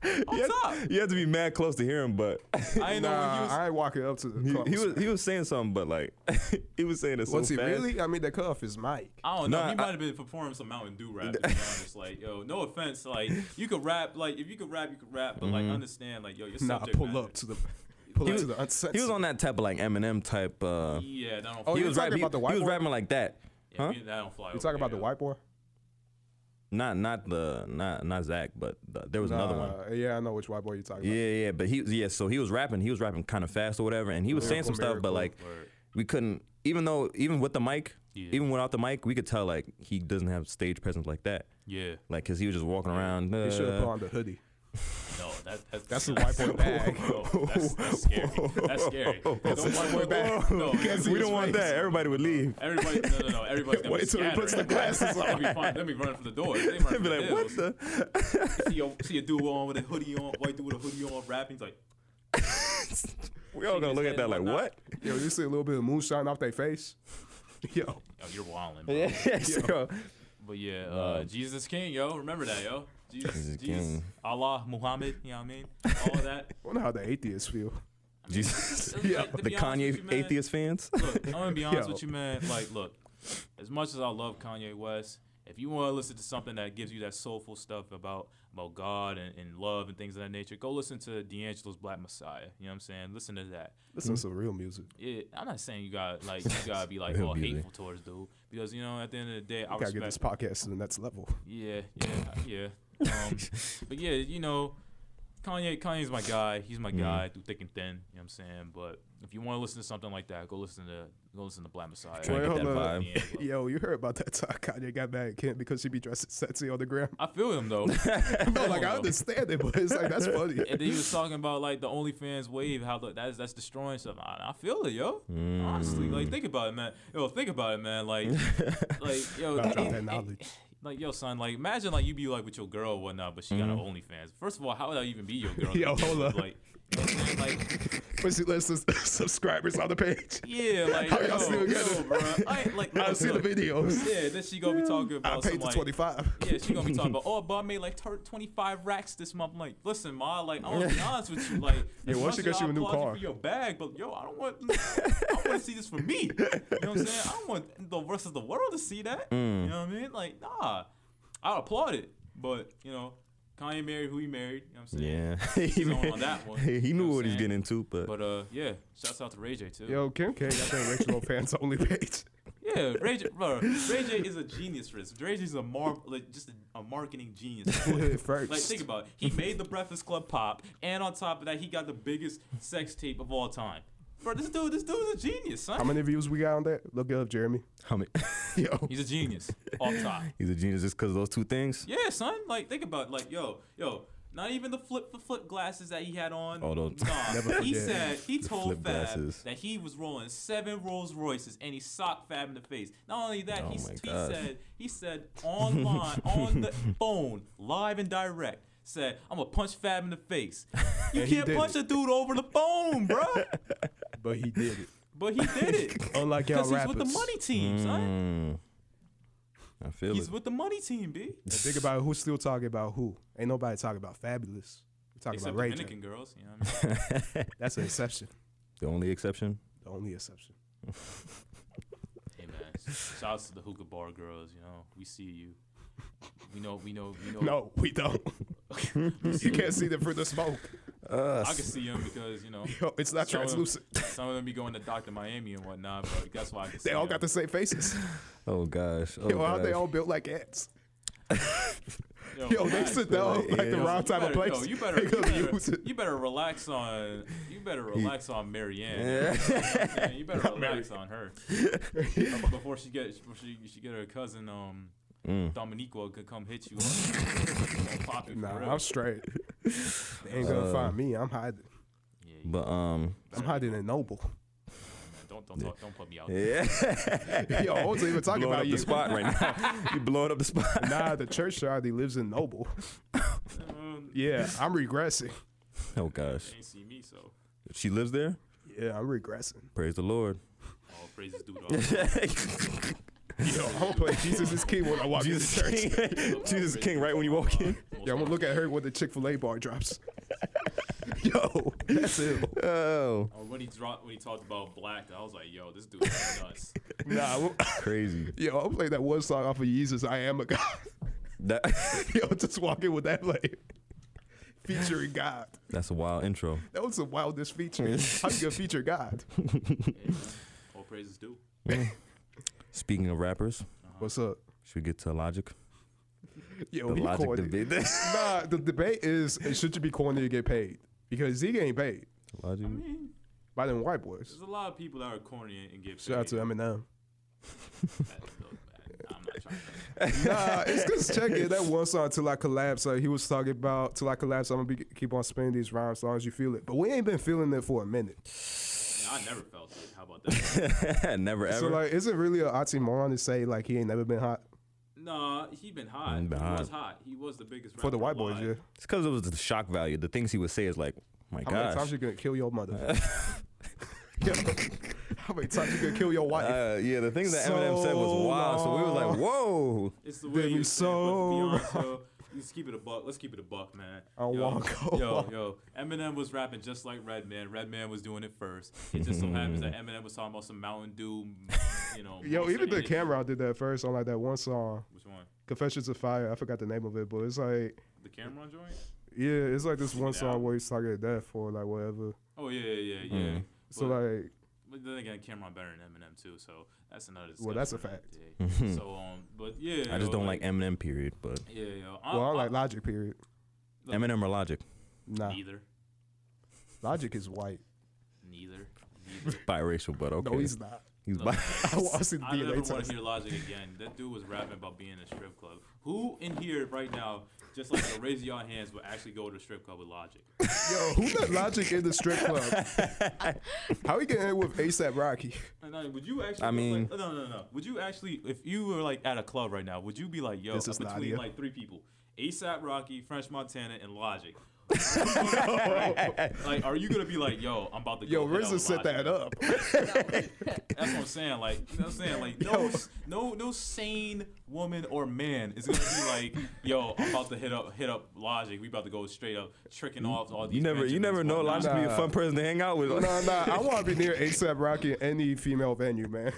Speaker 3: On
Speaker 2: you
Speaker 3: top,
Speaker 2: had, you had to be mad close to hear him. But
Speaker 3: I didn't know when he was.
Speaker 1: Nah, I ain't walking up to the
Speaker 2: he,
Speaker 1: club.
Speaker 2: he was he was saying something, but like he was saying it so
Speaker 1: Was he
Speaker 2: fast.
Speaker 1: really? I mean, the cuff is Mike.
Speaker 3: I don't know.
Speaker 2: Nah,
Speaker 3: he
Speaker 2: I-
Speaker 3: might have been performing some Mountain Dew rap. To be honest, like yo, no offense, like you could rap, like if you could rap, you could rap, but like
Speaker 2: Mm-hmm.
Speaker 3: understand, like yo, your
Speaker 1: Nah,
Speaker 3: subject
Speaker 1: pull
Speaker 3: matter.
Speaker 1: up to the pull
Speaker 2: He
Speaker 1: up
Speaker 2: was,
Speaker 1: to the uncensored.
Speaker 2: he was on that type of like Eminem type. Uh,
Speaker 3: Yeah, that don't.
Speaker 1: Oh,
Speaker 2: he
Speaker 1: you
Speaker 2: was
Speaker 1: talking
Speaker 2: rapping.
Speaker 1: about the
Speaker 2: He,
Speaker 1: white
Speaker 2: was
Speaker 1: boy?
Speaker 2: rapping like that.
Speaker 3: yeah,
Speaker 2: huh?
Speaker 3: we- that don't fly.
Speaker 1: You talking about the white boy?
Speaker 2: Not not the not not Zach, but the, there was another one.
Speaker 1: Nah, Yeah, I know which white boy you talking
Speaker 2: Yeah, yeah, but he yeah, so he was rapping, he was rapping kind of fast or whatever, and he was saying some
Speaker 1: Miracle,
Speaker 2: stuff, but like
Speaker 1: miracle.
Speaker 2: we couldn't, even though even with the mic,
Speaker 3: Yeah.
Speaker 2: even without the mic, we could tell like he doesn't have stage presence like that,
Speaker 3: Yeah,
Speaker 2: like because he was just walking around.
Speaker 1: about. He should have put
Speaker 2: Uh,
Speaker 1: on the hoodie.
Speaker 3: no, that, that's
Speaker 1: That's the white boy bag.
Speaker 3: Yo, that's, that's scary. That's scary. That's the white boy bag. No,
Speaker 1: see
Speaker 2: we
Speaker 1: his
Speaker 2: don't want
Speaker 1: face.
Speaker 2: that. Everybody would leave.
Speaker 3: everybody, no, no, no. Everybody's gonna be
Speaker 1: Wait till he
Speaker 3: scattering.
Speaker 1: puts the glasses
Speaker 3: They'll be fine. They'll be running for the door. They run for
Speaker 2: They'd be
Speaker 3: the
Speaker 2: like, what
Speaker 3: hills.
Speaker 2: the?
Speaker 3: See a, see a dude on with a hoodie on, white dude with a hoodie on, rapping. He's like,
Speaker 2: We all gonna
Speaker 3: his
Speaker 2: look
Speaker 3: head
Speaker 2: at that
Speaker 3: and
Speaker 2: like
Speaker 3: whatnot.
Speaker 2: what?
Speaker 1: Yo, you see a little bit of moonshine off their face? Yo,
Speaker 3: oh, you're wilding. Bro.
Speaker 2: Yeah, so-
Speaker 3: But yeah, uh, Jesus King, yo, remember that, yo. Jesus,
Speaker 2: Jesus
Speaker 3: Jesus,
Speaker 2: King.
Speaker 3: Allah, Muhammad, you know what I mean? All that.
Speaker 1: I wonder how the atheists feel.
Speaker 2: Jesus,
Speaker 3: Yeah. To
Speaker 2: the
Speaker 3: be honest
Speaker 2: Kanye
Speaker 3: with you, man,
Speaker 2: atheist fans.
Speaker 3: Look, I'm gonna be honest
Speaker 1: Yo.
Speaker 3: with you, man. Like, look, as much as I love Kanye West, if you want to listen to something that gives you that soulful stuff about about God and, and love and things of that nature, go listen to D'Angelo's Black Messiah. You know what I'm saying? Listen to that.
Speaker 1: Listen
Speaker 2: Hmm.
Speaker 1: to some real music.
Speaker 3: Yeah, I'm not saying you got like you gotta be like
Speaker 2: Real
Speaker 3: all
Speaker 2: music.
Speaker 3: hateful towards dude because you know at the end of the day I
Speaker 1: gotta get this
Speaker 3: respect.
Speaker 1: podcast to the next level.
Speaker 3: Yeah, uh, yeah, yeah. Um, but yeah, you know, Kanye Kanye's my guy. He's
Speaker 2: Mm-hmm.
Speaker 3: my guy through thick and thin. You know what I'm saying? But if you want to listen to something like that, go listen to go listen to Black Messiah.
Speaker 2: Trying to
Speaker 1: Wait,
Speaker 2: get that
Speaker 1: hold
Speaker 2: vibe.
Speaker 1: on.
Speaker 3: D'Angelo.
Speaker 1: Yo, you heard about that time Kanye got mad at Kent because she be dressing sexy on the gram?
Speaker 3: I feel him though. I feel
Speaker 1: like
Speaker 3: him,
Speaker 1: I
Speaker 3: though.
Speaker 1: understand it, but it's like that's funny.
Speaker 3: And then he was talking about like the OnlyFans wave, how the, that's that's destroying stuff. I, I feel it, yo. Honestly,
Speaker 2: Mm.
Speaker 3: like think about it, man. Yo, think about it, man. Like, like yo,
Speaker 1: Gotta drop that knowledge.
Speaker 3: like yo, son. Like imagine like you be like with your girl or whatnot, but she got an OnlyFans. First of all, how would I even be your girl?
Speaker 1: Mm-hmm. Yo, hold up.
Speaker 3: Like, you know what I'm saying? like,
Speaker 1: But she lists us- subscribers on the page.
Speaker 3: yeah, like
Speaker 1: How y'all
Speaker 3: yo,
Speaker 1: still got
Speaker 3: yo,
Speaker 1: it?
Speaker 3: bro. I ain't, like,
Speaker 1: I see the
Speaker 3: look,
Speaker 1: videos.
Speaker 3: Yeah, then she gonna be talking
Speaker 1: I
Speaker 3: about some,
Speaker 1: paid the
Speaker 3: like,
Speaker 1: twenty five.
Speaker 3: Yeah, she gonna be talking about, oh, but I made like tur- 25 racks this month. I'm like, listen, ma, like I'm gonna be honest with you, like,
Speaker 1: Yeah,
Speaker 3: as
Speaker 1: once
Speaker 3: much
Speaker 1: she gets
Speaker 3: as
Speaker 1: you
Speaker 3: I
Speaker 1: a new
Speaker 3: applaud
Speaker 1: car.
Speaker 3: for your bag, but yo, I don't want, I want to see this for me. You know what I'm saying? I don't want the rest of the world to see that.
Speaker 1: Mm.
Speaker 3: You know what I mean? Like, nah, I applaud it, but you know, Kanye married who he married. You know what I'm saying?
Speaker 2: Yeah,
Speaker 3: on on that one,
Speaker 2: he
Speaker 3: you
Speaker 2: knew
Speaker 3: know
Speaker 2: what,
Speaker 3: what
Speaker 2: he was
Speaker 3: I'm saying?
Speaker 2: getting into, but,
Speaker 3: But uh, yeah, shouts out to Ray J too.
Speaker 1: Yo, Kim K got that Rachel O'Pants only page.
Speaker 3: Yeah, Ray J, bro, Ray J is a genius for this. Ray J is a mar, like, just a, a marketing genius.
Speaker 1: Who hit it
Speaker 3: Like,
Speaker 1: first?
Speaker 3: think about it. He made the Breakfast Club pop, and on top of that, he got the biggest sex tape of all time. Bro, this dude, this dude's a genius,
Speaker 1: How
Speaker 3: son.
Speaker 1: many views we got on that? Look it up, Jeremy.
Speaker 2: how many?
Speaker 1: Yo,
Speaker 3: He's a genius, off top.
Speaker 2: He's a genius just because of those two things.
Speaker 3: Yeah, son. Like, think about, it. like, yo, yo. Not even the flip for flip glasses that he had on.
Speaker 2: Oh, those-
Speaker 3: Nah,
Speaker 1: Never
Speaker 3: he
Speaker 1: forget.
Speaker 3: said he
Speaker 2: The
Speaker 3: told
Speaker 2: flip
Speaker 3: Fab
Speaker 2: glasses.
Speaker 3: that he was rolling seven Rolls Royces and he socked Fab in the face. Not only that,
Speaker 2: Oh
Speaker 3: he,
Speaker 2: my
Speaker 3: he
Speaker 2: gosh.
Speaker 3: said he said online on the phone, live and direct, said I'm gonna punch Fab in the face. You
Speaker 1: And he
Speaker 3: can't
Speaker 1: did
Speaker 3: punch
Speaker 1: it.
Speaker 3: a dude over the phone, bro.
Speaker 1: but he did it.
Speaker 3: But he did it
Speaker 1: Unlike y'all
Speaker 3: because he's
Speaker 1: rappers. Mm-hmm.
Speaker 3: with the money team, son.
Speaker 2: Mm, I feel
Speaker 3: He's
Speaker 2: it.
Speaker 3: with the money team, b.
Speaker 1: And think about who's still talking about who. Ain't nobody talking about fabulous. We're talking
Speaker 3: Except
Speaker 1: about Ray J.
Speaker 3: Dominican girls, you know what I mean?
Speaker 1: That's an exception.
Speaker 2: the only exception.
Speaker 1: The only exception.
Speaker 3: Hey man, shouts to the hookah bar girls. You know, we see you. We know, we know, we know.
Speaker 1: No, we don't. you can't see them through the smoke.
Speaker 2: Uh,
Speaker 3: I can see them because you know
Speaker 1: Yo, it's not
Speaker 3: Some of them-
Speaker 1: translucent.
Speaker 3: some of them be going to Doctor Miami and whatnot. But that's why I can see
Speaker 1: They all
Speaker 3: 'em.
Speaker 1: got the same faces.
Speaker 2: oh gosh. Oh,
Speaker 1: Yo, how they
Speaker 2: gosh.
Speaker 1: all built like ants?
Speaker 3: Oh,
Speaker 1: Yo, they
Speaker 3: relax,
Speaker 1: sit
Speaker 3: bro.
Speaker 1: down
Speaker 2: like
Speaker 1: like the
Speaker 2: ants.
Speaker 1: wrong type
Speaker 3: You
Speaker 1: of
Speaker 3: better-
Speaker 1: place.
Speaker 3: Yo, you better, you
Speaker 1: They gonna
Speaker 3: better,
Speaker 1: use it.
Speaker 3: you better relax on, you better relax on Marianne.
Speaker 2: Yeah.
Speaker 3: Yeah, you better relax on her before she gets before she, she get her cousin um
Speaker 2: Mm.
Speaker 3: Dominiqua could come hit you. on- pop you for real.
Speaker 1: Nah, I'm straight. They ain't gonna
Speaker 2: Uh,
Speaker 1: find me. I'm hiding.
Speaker 3: Yeah, you-
Speaker 2: But um,
Speaker 1: I'm hiding in Noble.
Speaker 3: don't don't talk, don't put me out. there.
Speaker 2: yeah.
Speaker 1: Yo, I wasn't even talking
Speaker 2: blowing
Speaker 1: about
Speaker 2: up
Speaker 1: you.
Speaker 2: the spot right now. you blowing up the spot.
Speaker 1: Nah, the church already lives in Noble.
Speaker 3: Um,
Speaker 1: Yeah, I'm regressing.
Speaker 2: Oh gosh.
Speaker 3: They ain't see me, so
Speaker 2: She lives there.
Speaker 1: Yeah, I'm regressing.
Speaker 2: Praise the Lord.
Speaker 3: all praises due to
Speaker 1: Yo, I'm gonna play Jesus is King when I walk
Speaker 2: Jesus
Speaker 1: into church.
Speaker 2: King. Jesus King. Right when you walk in.
Speaker 1: Yeah, I'm gonna look at her when the Chick Fil A bar drops. Yo, that's it.
Speaker 2: Oh,
Speaker 3: Oh, when he dropped, when he talked about black, I was like, "Yo, this dude is nuts."
Speaker 1: Nah, I-
Speaker 2: crazy.
Speaker 1: yo, I played that one song off of Jesus, I Am a God.
Speaker 2: That
Speaker 1: Yo, just walking with that like featuring God.
Speaker 2: that's a wild intro.
Speaker 1: That was the wildest feature. How you gonna feature God?
Speaker 3: Yeah, all praises due.
Speaker 2: Speaking of rappers,
Speaker 1: What's up?
Speaker 2: should we get to Logic?
Speaker 1: Yo,
Speaker 2: The
Speaker 1: he
Speaker 2: Logic
Speaker 1: corny.
Speaker 2: debate.
Speaker 1: Nah, the debate is should you be corny to get paid? Because Zeke ain't paid
Speaker 2: Logic.
Speaker 3: I mean,
Speaker 1: by them white boys.
Speaker 3: there's a lot of people that are corny and- and get paid.
Speaker 1: Shout out to Eminem.
Speaker 3: That- look, man, I'm not trying to.
Speaker 1: nah, it's just checking that one song till I collapse. Like he was talking about till I collapse. I'm gonna be, keep on spinning these rhymes as long as you feel it. But we ain't been feeling it for a minute.
Speaker 3: Man, I never felt it. How about that?
Speaker 2: Never ever.
Speaker 1: So like, is it really an oxymoron to say like he ain't never been hot
Speaker 3: Nah, he been hot.
Speaker 2: He
Speaker 3: He
Speaker 2: been
Speaker 3: was
Speaker 2: hot.
Speaker 3: hot. He was the biggest
Speaker 1: for the
Speaker 3: rapper
Speaker 1: white boys? Yeah.
Speaker 3: alive.
Speaker 2: It's because it was the shock value. The things he would say is like, my
Speaker 1: How many times
Speaker 2: gosh.
Speaker 1: you gonna kill your mother? Yo, how many times you gonna kill your wife?
Speaker 2: Uh, yeah, the things that Eminem said was
Speaker 1: So
Speaker 2: wild. So we were like,
Speaker 1: long.
Speaker 2: whoa.
Speaker 3: It's the
Speaker 1: Did
Speaker 3: way
Speaker 1: me
Speaker 3: you
Speaker 1: so
Speaker 3: so Beyonce. Let's keep it a buck. Let's keep it a buck, man.
Speaker 1: I wanna go
Speaker 3: yo,
Speaker 1: on.
Speaker 3: yo. Eminem was rapping just like Redman. Redman was doing it first. It just so happens that Eminem was talking about some Mountain Dew, you know.
Speaker 1: Yo,
Speaker 3: monster
Speaker 1: even the
Speaker 3: energy.
Speaker 1: camera did that first on like that one song,
Speaker 3: Which one?
Speaker 1: "Confessions of Fire." I forgot the name of it, but it's like
Speaker 3: The The Cameron joint?
Speaker 1: Yeah, it's like this one
Speaker 3: Yeah.
Speaker 1: song where he's talking to death for like whatever.
Speaker 3: Oh yeah, yeah, yeah.
Speaker 2: Mhm.
Speaker 3: yeah.
Speaker 1: So
Speaker 3: But-
Speaker 1: like,
Speaker 3: But then again, Cameron better than Eminem too, so that's another.
Speaker 1: Well, that's a
Speaker 3: discussion.
Speaker 1: Hmm.
Speaker 3: Yeah. so, um, but yeah,
Speaker 2: I just
Speaker 3: yo,
Speaker 2: don't like Eminem. Period. But
Speaker 3: Yeah, yo,
Speaker 1: well, I don't like uh, Logic. Period.
Speaker 3: Look,
Speaker 2: Eminem or Logic.
Speaker 1: Nah,
Speaker 3: neither,
Speaker 1: Logic is white.
Speaker 3: neither, neither.
Speaker 2: Biracial, but okay.
Speaker 1: No, he's not.
Speaker 2: He's
Speaker 3: Look,
Speaker 2: bi-
Speaker 1: I want to see the
Speaker 3: I never
Speaker 1: DNA
Speaker 3: want
Speaker 1: test.
Speaker 3: to hear Logic again. That dude was rapping about being in a strip club. Who in here right now, just like a raise your hands, would actually go to a strip club with Logic?
Speaker 1: Yo, who let Logic in the strip club? How he getting in with ASAP Rocky?
Speaker 3: And I- would you actually?
Speaker 2: I
Speaker 3: go,
Speaker 2: mean-
Speaker 3: like, no, no, no. Would you actually, if you were like at a club right now, would you be like, yo,
Speaker 1: This is
Speaker 3: between
Speaker 1: Nadia.
Speaker 3: like three people, ASAP Rocky, French Montana, and Logic? like, are you gonna be like, yo, I'm about to
Speaker 1: Yo,
Speaker 3: go? hit out
Speaker 1: RZA
Speaker 3: with
Speaker 1: set
Speaker 3: Logic"?
Speaker 1: that up.
Speaker 3: That's what I'm saying. Like, you know what I'm saying? Like, no, no, no sane woman or man is gonna be like, yo, I'm about to hit up, hit up Logic. We about to go straight up tricking off all these.
Speaker 2: you never, you
Speaker 3: Benjamins,
Speaker 2: never know.
Speaker 3: whatnot."
Speaker 2: Logic be a fun person to hang out with.
Speaker 1: Nah, nah, I want to be near ASAP Rocky in any female venue, man.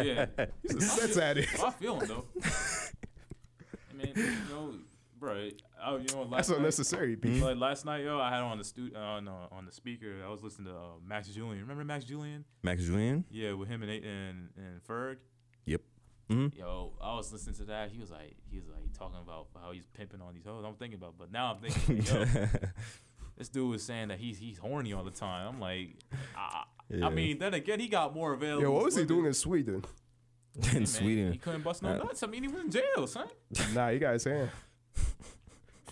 Speaker 3: yeah,
Speaker 1: He's a sex addict.
Speaker 3: I feel him though. I mean, you know, bro, I, you know, last
Speaker 1: That's
Speaker 3: night,
Speaker 1: unnecessary, beef.
Speaker 3: Like last night, yo, I had on the stu- uh, on, uh, on the speaker. I was listening to uh, Max Julian. Remember Max Julian?
Speaker 2: Max Julian.
Speaker 3: Yeah, with him and A- and and Ferg.
Speaker 2: Yep. hmm
Speaker 3: Yo, I was listening to that. He was like, he was like talking about how he's pimping on these hoes. I'm thinking about, but now I'm thinking, like, yo, this dude was saying that he's he's horny all the time. I'm like, I,
Speaker 2: Yeah.
Speaker 3: I mean, then again, he got more available.
Speaker 1: Yo, what was he doing in Sweden?
Speaker 2: In
Speaker 3: He
Speaker 2: Sweden.
Speaker 3: couldn't bust no
Speaker 2: Uh,
Speaker 3: nuts. I mean, he was in jail, son.
Speaker 1: Nah, he got his hand.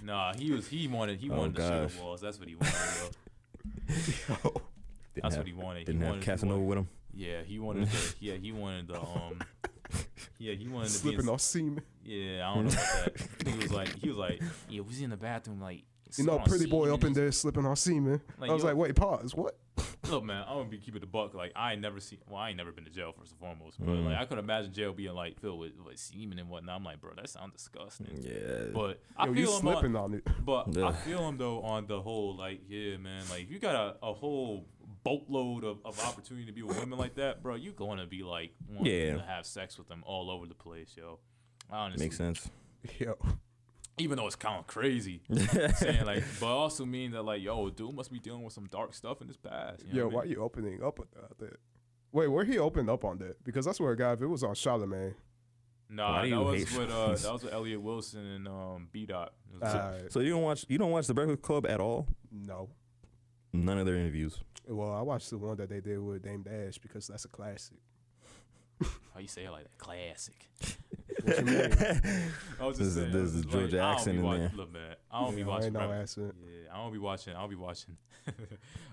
Speaker 3: Nah, he was he wanted he
Speaker 2: Oh,
Speaker 3: wanted the
Speaker 2: gosh.
Speaker 3: sugar walls. That's what he wanted. Yo.
Speaker 2: Didn't
Speaker 3: That's
Speaker 2: have,
Speaker 3: what he wanted.
Speaker 2: didn't
Speaker 3: he
Speaker 2: have
Speaker 3: wanted, he
Speaker 2: Casanova
Speaker 3: wanted-
Speaker 2: with him.
Speaker 3: yeah, he wanted the yeah he wanted the um yeah he wanted to be in,
Speaker 1: Slipping off semen.
Speaker 3: yeah I don't know about that. He was like he was like yeah we was in the bathroom like
Speaker 1: You know,
Speaker 3: slipping on
Speaker 1: pretty boy
Speaker 3: semen
Speaker 1: up in
Speaker 3: and
Speaker 1: there slipping off semen.
Speaker 3: Like,
Speaker 1: I was
Speaker 3: yo-
Speaker 1: like, wait, pause. What?
Speaker 3: shit. Look, man, I'm gonna be keeping the buck. Like I ain't never seen well I ain't never been to jail first and foremost, but
Speaker 1: Mm.
Speaker 3: like I could imagine jail being like filled with, with semen and whatnot. I'm like, bro, that sounds disgusting.
Speaker 2: Yeah.
Speaker 3: But I
Speaker 1: Yo, you
Speaker 3: feel him on-
Speaker 1: slipping on it.
Speaker 3: But I
Speaker 2: Ugh.
Speaker 3: feel him though on the whole, like, yeah, man, like if you got a, a whole boatload of, of opportunity to be with women like that, bro, you going to be like wanting
Speaker 2: Yeah.
Speaker 3: to have sex with them all over the place, yo. I honestly,
Speaker 2: Makes sense.
Speaker 1: Yo,
Speaker 3: even though it's kind of crazy, saying like, but also mean that like, yo, dude must be dealing with some dark stuff in his past. You know
Speaker 1: yo,
Speaker 3: what
Speaker 1: why
Speaker 3: I mean?
Speaker 1: you opening up about that? Wait, where he opened up on that? Because I swear, God, if it was on Charlemagne,
Speaker 3: Nah,
Speaker 2: Why do
Speaker 3: that
Speaker 2: you
Speaker 3: was
Speaker 2: hate
Speaker 3: with uh,
Speaker 2: Friends?
Speaker 3: that was with Elliot Wilson and um, B Dot. It was-
Speaker 1: uh,
Speaker 2: So you don't watch, you don't watch The Breakfast Club at all.
Speaker 1: no.
Speaker 2: None of their interviews.
Speaker 1: Well, I watched the one that they did with Dame Dash because that's a classic.
Speaker 3: How you say it like that? Classic.
Speaker 1: What you mean?
Speaker 3: I was
Speaker 2: This is-
Speaker 3: just saying, I was
Speaker 2: this is
Speaker 3: just
Speaker 2: Georgia
Speaker 3: I don't
Speaker 2: accent
Speaker 3: be
Speaker 2: in
Speaker 3: watch-
Speaker 2: there.
Speaker 3: Look, man, I don't be
Speaker 1: Yeah,
Speaker 3: watching.
Speaker 1: ain't no
Speaker 3: Breakfast-
Speaker 1: accent.
Speaker 3: Yeah, I don't be watching. I don't be watching. I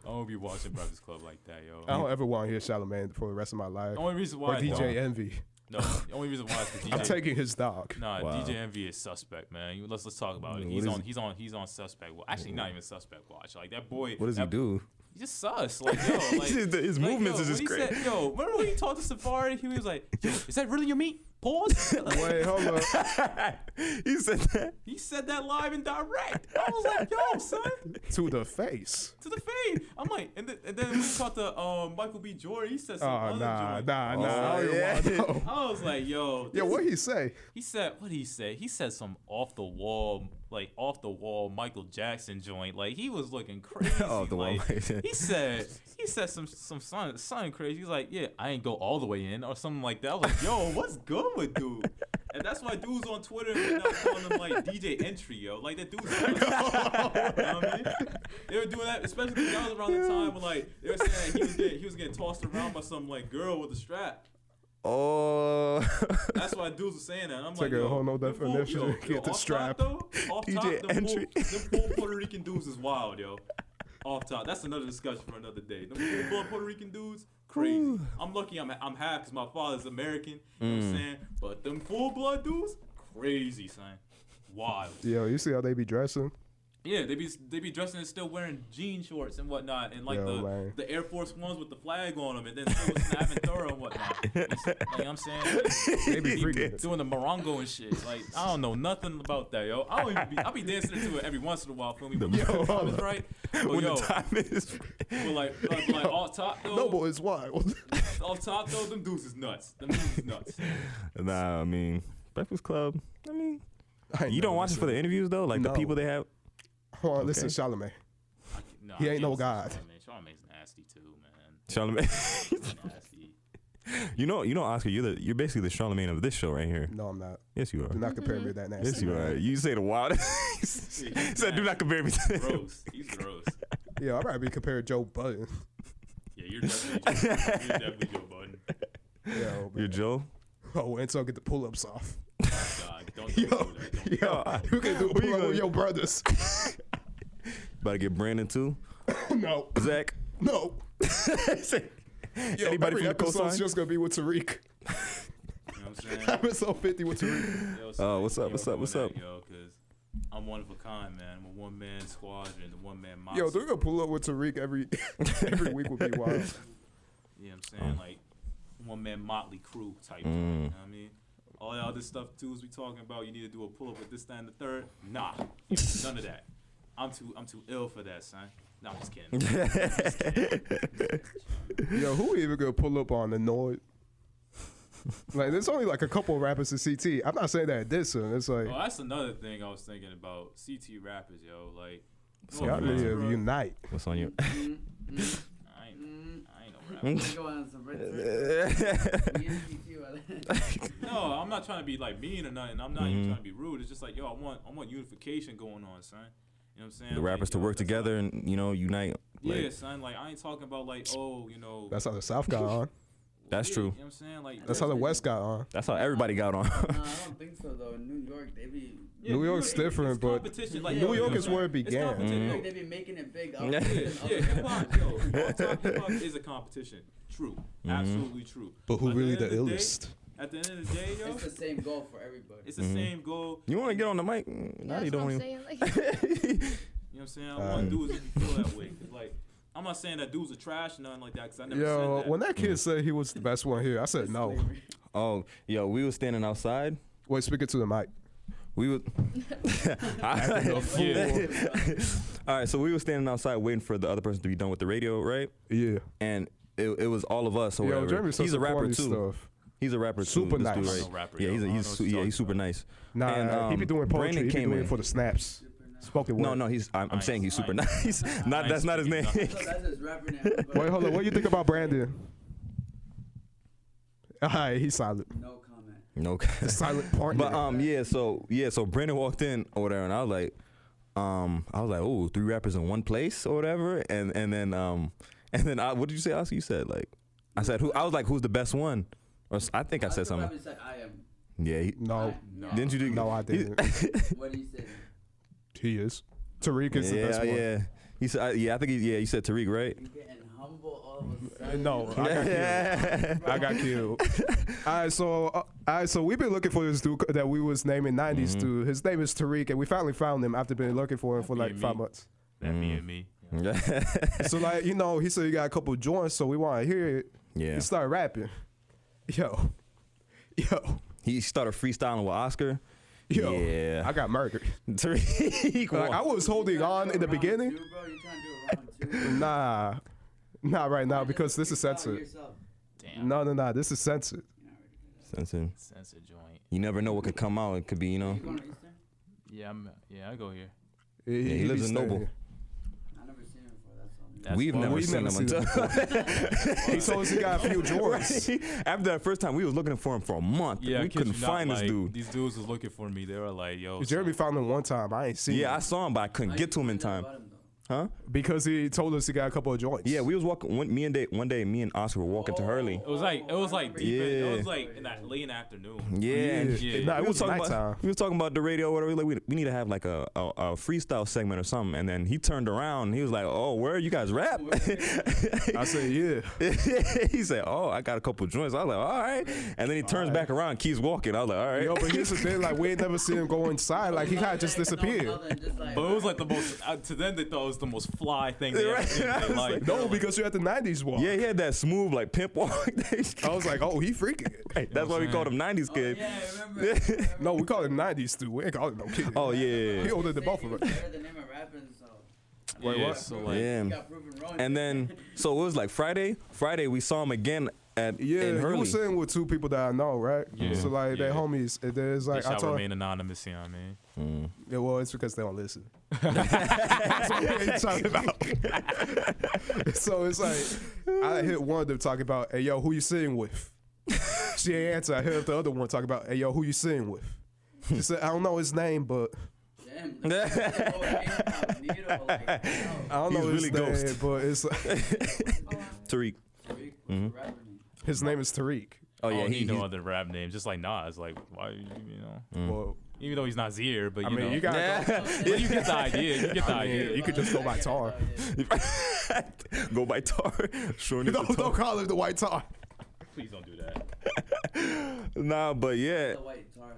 Speaker 3: don't be watching Breakfast Club like that, yo.
Speaker 1: I don't ever want to hear Charlemagne for the rest of my life.
Speaker 3: the only reason
Speaker 1: Or
Speaker 3: why I
Speaker 1: DJ
Speaker 3: don't-
Speaker 1: Envy.
Speaker 3: No, the only reason why is 'cause DJ.
Speaker 1: I'm taking his dog.
Speaker 3: Nah,
Speaker 2: Wow.
Speaker 3: DJ Envy is suspect, man. You- Let's let's talk about it.
Speaker 2: What
Speaker 3: He's
Speaker 2: is
Speaker 3: on
Speaker 2: he-
Speaker 3: he's on he's on suspect. Well, actually, not even suspect watch. Like that boy.
Speaker 2: What does he
Speaker 3: that-
Speaker 2: do?
Speaker 3: He just sus. Like yo, like,
Speaker 2: His- his
Speaker 3: like,
Speaker 2: movements
Speaker 3: yo,
Speaker 2: is just
Speaker 3: when he
Speaker 2: crazy.
Speaker 3: said- Yo, remember when he talked to Safari? He was like, yo, "Is that really your meat?" Pause.
Speaker 1: Wait, hold up.
Speaker 2: he said that.
Speaker 3: he said that live and direct. I was like, "Yo, son."
Speaker 1: to the face.
Speaker 3: to the fade. I'm like, and, th- and then when we talked to um, Michael B. Jordan, he said
Speaker 1: Oh,
Speaker 3: some other
Speaker 1: nah,
Speaker 3: joint.
Speaker 1: nah, nah.
Speaker 2: Oh,
Speaker 1: I don't
Speaker 2: yeah.
Speaker 1: even wanna know.
Speaker 3: I was like, yo,
Speaker 1: Yo,
Speaker 3: this-
Speaker 1: what he say?
Speaker 3: he said, what he say? He said some off the wall, like off the wall Michael Jackson joint. Like he was looking crazy.
Speaker 2: Off the wall,
Speaker 3: like,
Speaker 2: Michael
Speaker 3: He said, he said some some son son crazy. He's like, yeah, I ain't go all the way in or something like that. I was like, yo, what's good with dude? And that's why dudes on Twitter were now calling him like DJ Entry, yo. Like that dude's. You know what I mean? They were doing that, especially because that was around the time when like they were saying he was getting, he was getting tossed around by some like girl with a strap.
Speaker 2: Oh.
Speaker 3: That's why dudes were saying that. I'm
Speaker 1: Take
Speaker 3: like,
Speaker 1: a
Speaker 3: yo,
Speaker 1: whole no
Speaker 3: them fool-
Speaker 1: definition to get the
Speaker 3: off
Speaker 1: strap.
Speaker 3: Top, though, off
Speaker 2: DJ
Speaker 3: top, them
Speaker 2: entry.
Speaker 3: Full, them full Puerto Rican dudes is wild, yo. Off top, that's another discussion for another day. Them full blood Puerto Rican dudes, crazy. I'm lucky I'm I'm half because my father's American. You know what I'm saying? But them full blood dudes, crazy, son. Wild.
Speaker 1: Yo, you see how they be dressing?
Speaker 3: Yeah, they be they be dressing and still wearing jean shorts and whatnot, and like
Speaker 1: Yo,
Speaker 3: the
Speaker 1: man.
Speaker 3: the Air Force Ones with the flag on them, and then still snapping Thorough and whatnot. Like I'm saying,
Speaker 1: They be
Speaker 3: He
Speaker 1: freaking. it.
Speaker 3: doing the morongo and shit. Like I don't know nothing about that, yo. I don't even be, I be dancing to it every once in a while, feel me? But yo, I was right. But
Speaker 2: when
Speaker 3: yo,
Speaker 2: the time is.
Speaker 3: but like, like, like off top though,
Speaker 1: No boy, it's wild.
Speaker 3: off top though, them dudes is nuts. Them dudes is nuts.
Speaker 2: Nah, I mean, Breakfast Club. I mean,
Speaker 1: I ain't
Speaker 2: You don't
Speaker 1: never
Speaker 2: watch it for the
Speaker 1: listened.
Speaker 2: interviews though, like the
Speaker 1: No.
Speaker 2: people they have.
Speaker 1: Hold on, listen, Charlemagne.
Speaker 3: I can- nah,
Speaker 1: He
Speaker 3: I
Speaker 1: ain't
Speaker 3: can't
Speaker 1: no
Speaker 3: listen to
Speaker 1: god.
Speaker 3: Charlamagne. Charlamagne's nasty too, man.
Speaker 2: Charlemagne,
Speaker 3: He's nasty.
Speaker 2: you know, you know, Oscar, you're the you're basically the Charlemagne of this show right here.
Speaker 1: No, I'm not.
Speaker 2: Yes, you
Speaker 1: Do
Speaker 2: are.
Speaker 1: not compare me to that nasty.
Speaker 2: Yes, you
Speaker 1: man.
Speaker 2: are. You say the wildest. He said, "Do not compare me." to
Speaker 3: Gross. He's gross.
Speaker 1: Yeah, I'd rather be compared to Joe Budden.
Speaker 3: Yeah, you're definitely Joe, you're definitely Joe Budden.
Speaker 1: Yeah, oh,
Speaker 2: You're
Speaker 1: man.
Speaker 2: Joe.
Speaker 1: oh, and so get the pull ups off.
Speaker 3: God, don't do that. Don't do that.
Speaker 1: Yo, you can do pull up
Speaker 2: Oh, gonna-
Speaker 1: with your brothers.
Speaker 2: About to get Brandon too.
Speaker 1: no,
Speaker 2: Zach.
Speaker 1: no. Yo,
Speaker 2: Anybody
Speaker 1: every
Speaker 2: from the
Speaker 1: episode's
Speaker 2: coastline?
Speaker 1: just gonna be with Tariq.
Speaker 3: You know what I'm saying?
Speaker 1: Episode 50 with Tariq.
Speaker 3: Yo,
Speaker 2: Oh,
Speaker 3: Smack,
Speaker 2: what's up,
Speaker 3: yo,
Speaker 2: what's up,
Speaker 3: doing
Speaker 2: what's
Speaker 3: that,
Speaker 2: up?
Speaker 3: Yo, because I'm one of a kind, man. I'm a one man squadron, the one man mob.
Speaker 1: Yo, they're gonna pull up with Tariq every every week would be wild.
Speaker 3: You know what I'm saying? Like, one man motley crew type. You know
Speaker 2: Uh. Mm.
Speaker 3: what I mean? All that other stuff, too, is we talking about. You need to do a pull up with this, that, and the third. Nah. None of that. I'm too I'm too ill for that, son. No, I'm just kidding.
Speaker 1: Yo, who we even gonna pull up on annoyed? Like, there's only like a couple rappers in CT. I'm not saying that this one. It's like,
Speaker 3: Oh, that's another thing I was thinking about. CT rappers, yo. Like,
Speaker 2: So
Speaker 1: y'all
Speaker 2: y'all
Speaker 3: Fizz,
Speaker 1: niggas
Speaker 3: bro.
Speaker 1: unite.
Speaker 2: What's on your?
Speaker 5: Mm, mm,
Speaker 3: I ain't,
Speaker 5: mm.
Speaker 3: I ain't no rapper.
Speaker 5: Go on some Brits. Me and TQ are like-
Speaker 3: No, I'm not trying to be like mean or nothing. I'm not
Speaker 2: Mhm.
Speaker 3: even trying to be rude. It's just like, yo, I want I want unification going on, son. You know what I'm saying?
Speaker 2: the rappers
Speaker 3: Like,
Speaker 2: to
Speaker 3: yo,
Speaker 2: work
Speaker 3: that's
Speaker 2: together and you know unite.
Speaker 3: Like, yeah,
Speaker 2: Like,
Speaker 3: son. Like I ain't talking about like, oh, you know.
Speaker 1: That's how the South got on.
Speaker 2: That's
Speaker 3: yeah,
Speaker 2: true.
Speaker 3: You know what I'm saying? Like
Speaker 1: That's how the West got on.
Speaker 2: that's how everybody got on.
Speaker 5: no, I don't think so though. In New York, they be
Speaker 3: yeah,
Speaker 1: New York's
Speaker 3: it-
Speaker 1: different,
Speaker 3: it's
Speaker 1: but
Speaker 3: competition. Like,
Speaker 5: New
Speaker 3: yo, you know
Speaker 5: York
Speaker 3: what
Speaker 5: is
Speaker 3: I'm
Speaker 1: where it
Speaker 3: saying? It's
Speaker 1: began.
Speaker 3: competition.
Speaker 5: New York,
Speaker 2: Mm.
Speaker 5: they be making it big. Up
Speaker 2: Yeah,
Speaker 3: Yeah, hip hop, yo. All time hip hop is a competition. True.
Speaker 2: Mm-hmm.
Speaker 3: Absolutely true. At end of day- at the end of the day, yo,
Speaker 5: It's the same goal for everybody.
Speaker 3: it's the same goal.
Speaker 2: Mm-hmm. You want to get on the mic? Mm, Nah,
Speaker 4: That's
Speaker 2: you
Speaker 4: what
Speaker 2: don't
Speaker 4: I'm
Speaker 2: even.
Speaker 4: saying. Like,
Speaker 3: You know what I'm saying? I
Speaker 2: Mm.
Speaker 3: want dudes to feel that way. 'cause, like, I'm not saying that dudes are trash, nothing like that, because I never
Speaker 1: Yo,
Speaker 3: said that.
Speaker 1: when that
Speaker 2: Mm.
Speaker 1: kid said he was the best one here, I said
Speaker 5: It's
Speaker 1: no.
Speaker 5: slavery.
Speaker 2: Oh, yo, we was standing outside.
Speaker 1: Wait, speaking to the mic.
Speaker 2: We was. All right, so we were standing outside waiting for the other person to be done with the radio, right?
Speaker 1: Yeah.
Speaker 2: And it, it was all of us. Or
Speaker 1: Yo,
Speaker 2: whatever.
Speaker 1: Jeremy said
Speaker 2: he's a
Speaker 1: some
Speaker 2: rapper
Speaker 1: corny
Speaker 2: too.
Speaker 1: stuff.
Speaker 2: He's a rapper
Speaker 1: Super
Speaker 2: too. this dude
Speaker 1: nice.
Speaker 2: right-
Speaker 1: I'm
Speaker 3: no rapper,
Speaker 2: yeah,
Speaker 3: yo.
Speaker 2: he's a,
Speaker 3: I don't
Speaker 2: he's
Speaker 3: know what
Speaker 2: su-
Speaker 3: you're
Speaker 2: yeah, he's
Speaker 3: talking
Speaker 2: super
Speaker 3: about.
Speaker 2: nice.
Speaker 1: Nah,
Speaker 2: And,
Speaker 1: he be
Speaker 2: um,
Speaker 1: doing poetry.
Speaker 2: Brandon
Speaker 1: he be
Speaker 2: came
Speaker 1: doing
Speaker 2: in.
Speaker 1: it for the snaps. Spoken word.
Speaker 2: No, no, he's. I'm, I'm
Speaker 3: Nice,
Speaker 2: saying he's super
Speaker 3: nice.
Speaker 2: nice. not that's not his name.
Speaker 3: Nice.
Speaker 5: So that's his rapper name. but-
Speaker 1: Wait, hold on. What do you think about Brandon? All right, he's silent.
Speaker 5: No comment.
Speaker 2: no.
Speaker 1: The silent partner.
Speaker 2: But um, yeah, so yeah, so Brandon walked in or whatever, and I was like, um, I was like, oh, three rappers in one place or whatever, and and then um, and then I, what did you say? Oscar? You said like, I said who? I was like, who's the best one? Or s- I think I
Speaker 5: Oscar
Speaker 2: said something.
Speaker 5: Probably said I am.
Speaker 2: Yeah. He,
Speaker 1: no,
Speaker 5: I-
Speaker 2: didn't you do?
Speaker 1: no, I
Speaker 2: he-
Speaker 1: didn't.
Speaker 5: What do you say?
Speaker 1: he is. Tariq is
Speaker 2: yeah,
Speaker 1: the best one.
Speaker 2: yeah. He said, I, yeah, I think. He, yeah, you said Tariq, right?
Speaker 5: You getting humble all of a sudden?
Speaker 1: No, I got
Speaker 2: Yeah.
Speaker 1: I got killed. all right, so uh, all right, so we've been looking for this dude that we was naming '90s
Speaker 2: Mm-hmm.
Speaker 1: dude. His name is Tariq, and we finally found him after been looking for him for like
Speaker 3: Be me.
Speaker 1: five months.
Speaker 3: That
Speaker 2: mm.
Speaker 3: me and me.
Speaker 1: So like, you know, he said he got a couple joints, so we want to hear it.
Speaker 2: yeah.
Speaker 1: He started rapping. Yo, yo,
Speaker 2: He started freestyling with Oscar.
Speaker 1: yo.
Speaker 2: Yeah.
Speaker 1: I got murdered.
Speaker 2: Tariq.
Speaker 1: Like I
Speaker 2: won.
Speaker 1: was holding on in the beginning.
Speaker 5: Two, bro. You trying to do a round two?
Speaker 1: Nah, not right now because this is
Speaker 5: Freestyle
Speaker 1: censored.
Speaker 5: yourself.
Speaker 3: Damn.
Speaker 1: No, no, no. This is censored.
Speaker 2: Sensing.
Speaker 3: Sense of joint.
Speaker 2: You never know what could come out. It could be, you know.
Speaker 5: You going to Eastern?
Speaker 3: Yeah, I'm, yeah, I go here.
Speaker 1: He,
Speaker 2: he lives
Speaker 1: be
Speaker 2: in Noble.
Speaker 1: staying.
Speaker 5: I never seen him before. That's all.
Speaker 3: That's
Speaker 2: We've
Speaker 3: why-
Speaker 2: never
Speaker 1: we've
Speaker 2: seen
Speaker 1: never
Speaker 2: him
Speaker 1: seen him
Speaker 2: until
Speaker 1: He told us he got a few joints.
Speaker 2: Right? After that first time, we was looking for him for a month.
Speaker 3: Yeah, I
Speaker 2: we
Speaker 3: kid you
Speaker 2: couldn't
Speaker 3: not,
Speaker 2: find
Speaker 3: like,
Speaker 2: this dude.
Speaker 3: These dudes was looking for me. They were like, yo.
Speaker 1: Jeremy
Speaker 3: son.
Speaker 1: found him one time. I ain't seen.
Speaker 2: Yeah,
Speaker 1: him.
Speaker 2: I saw him, but I couldn't get to him in time. Huh?
Speaker 1: Because he told us he got a couple of joints.
Speaker 2: Yeah, we was walking. One, me and day, one day, me and Oscar were walking to Hurley.
Speaker 3: It was like, it was like deep. in-
Speaker 2: Yeah.
Speaker 3: It was like in that late in the afternoon.
Speaker 2: Yeah, and-
Speaker 1: Yeah.
Speaker 2: and
Speaker 1: Nah, it
Speaker 2: we
Speaker 1: was
Speaker 2: talking
Speaker 1: nighttime.
Speaker 2: about we was talking about the radio, or whatever. Like, we, we need to have like a, a, a freestyle segment or something. And then he turned around, and he was like, "Oh, where you guys rap?"
Speaker 1: I said, yeah.
Speaker 2: he said, "Oh, I got a couple joints." I was like, "All right," and then he turns back around, and keeps walking. I was like, "All right."
Speaker 1: Yo, but here's the thing. Like, we ain't never seen him go inside. Like, he kind of just disappeared.
Speaker 3: But it was like the most. Uh, to them, they thought it was the most fly thing they ever
Speaker 2: Right.
Speaker 3: seen. in
Speaker 2: I
Speaker 3: their
Speaker 2: was
Speaker 3: life.
Speaker 2: like,
Speaker 1: No, because you had the '90s walk.
Speaker 2: yeah, he had that smooth like pimp walk.
Speaker 1: I was like, oh, he freaking it.
Speaker 2: Hey, that's why we called him '90s kid.
Speaker 5: Oh, Yeah, I remember. I remember.
Speaker 1: No, we call him '90s dude. We ain't call him no kid.
Speaker 2: Oh yeah, yeah,
Speaker 1: he
Speaker 2: yeah.
Speaker 1: older than
Speaker 5: He
Speaker 1: both of
Speaker 5: was
Speaker 1: us.
Speaker 5: better than him at rapping, so.
Speaker 3: yeah,
Speaker 1: what?
Speaker 3: So like,
Speaker 2: Yeah.
Speaker 5: He got proven wrong.
Speaker 2: And then so it was like Friday. Friday we saw him again at
Speaker 1: Yeah,
Speaker 2: in
Speaker 1: you
Speaker 2: Hurley.
Speaker 1: were saying with two people that I know, right?
Speaker 3: Yeah.
Speaker 1: So like
Speaker 3: Yeah.
Speaker 1: they homies, uh, there's like
Speaker 3: they
Speaker 1: I
Speaker 3: shall
Speaker 1: told
Speaker 3: remain anonymous. You know what I mean?
Speaker 2: Mm.
Speaker 1: yeah, well, it's because they don't listen. That's what we ain't talking about. so it's like I hit one of them talking about, hey yo, who you sitting with? she ain't answer. I hit up the other one talking about, hey yo, who you sitting with? She said, I don't know his name, but
Speaker 5: Damn. Like, incognito, like,
Speaker 1: I don't know
Speaker 2: He's
Speaker 1: his
Speaker 2: really
Speaker 1: name,
Speaker 2: ghost.
Speaker 1: but it's
Speaker 4: oh,
Speaker 2: Tariq.
Speaker 5: yo, Rick, what's your rapper name?
Speaker 1: his name is Tariq.
Speaker 2: Oh
Speaker 3: I
Speaker 2: yeah,
Speaker 3: don't
Speaker 2: he,
Speaker 3: need no
Speaker 2: he's-
Speaker 3: other rap names. Just like Nas, like why you you know?
Speaker 2: Mm.
Speaker 1: Well,
Speaker 3: Even though he's not Zier, but you
Speaker 1: I mean,
Speaker 3: know,
Speaker 1: you gotta go-
Speaker 3: But you get the idea. You get the
Speaker 1: I mean,
Speaker 3: idea.
Speaker 1: you could just go by Tar.
Speaker 2: go by Tar. Shorty
Speaker 1: No,
Speaker 2: to
Speaker 1: don't
Speaker 2: Tar.
Speaker 1: call him the white tar.
Speaker 3: Please don't do that.
Speaker 2: Nah, but yeah.
Speaker 5: The white Tar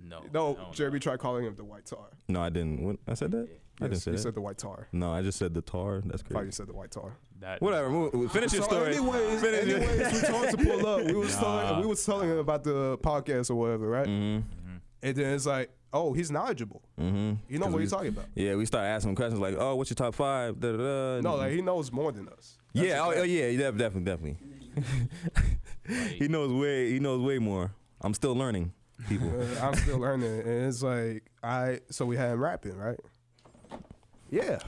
Speaker 5: though.
Speaker 3: No.
Speaker 1: No,
Speaker 3: no,
Speaker 1: Jeremy tried calling him the white tar.
Speaker 2: No, I didn't. What, I said that. I didn't
Speaker 1: Yes,
Speaker 2: say
Speaker 1: you
Speaker 2: that.
Speaker 1: said the white tar.
Speaker 2: no, I just said the tar.
Speaker 1: I
Speaker 2: That's
Speaker 1: thought you
Speaker 2: crazy.
Speaker 1: said the white tar.
Speaker 3: That,
Speaker 2: Whatever. Move, move- finish your
Speaker 1: So
Speaker 2: story.
Speaker 1: anyways,
Speaker 2: finish your-
Speaker 1: anyways, we told him to pull up. We was telling
Speaker 3: Nah.
Speaker 1: we was telling him about the podcast or whatever, right?
Speaker 2: Mhm.
Speaker 1: And then it's like, oh, he's knowledgeable.
Speaker 2: Mhm.
Speaker 1: You know
Speaker 2: 'Cause
Speaker 1: what
Speaker 2: we-
Speaker 1: he's talking about.
Speaker 2: Yeah, we started asking him questions like, "Oh, what's your top five? Da, da, da.
Speaker 1: No, like he knows more than us. That's
Speaker 2: yeah,
Speaker 1: the
Speaker 2: oh,
Speaker 1: fact.
Speaker 2: oh, yeah, def- definitely, definitely. he knows way, he knows way more. I'm still learning, people.
Speaker 1: Uh, I'm still learning, and it's like I. So we had him rapping, right? Yeah.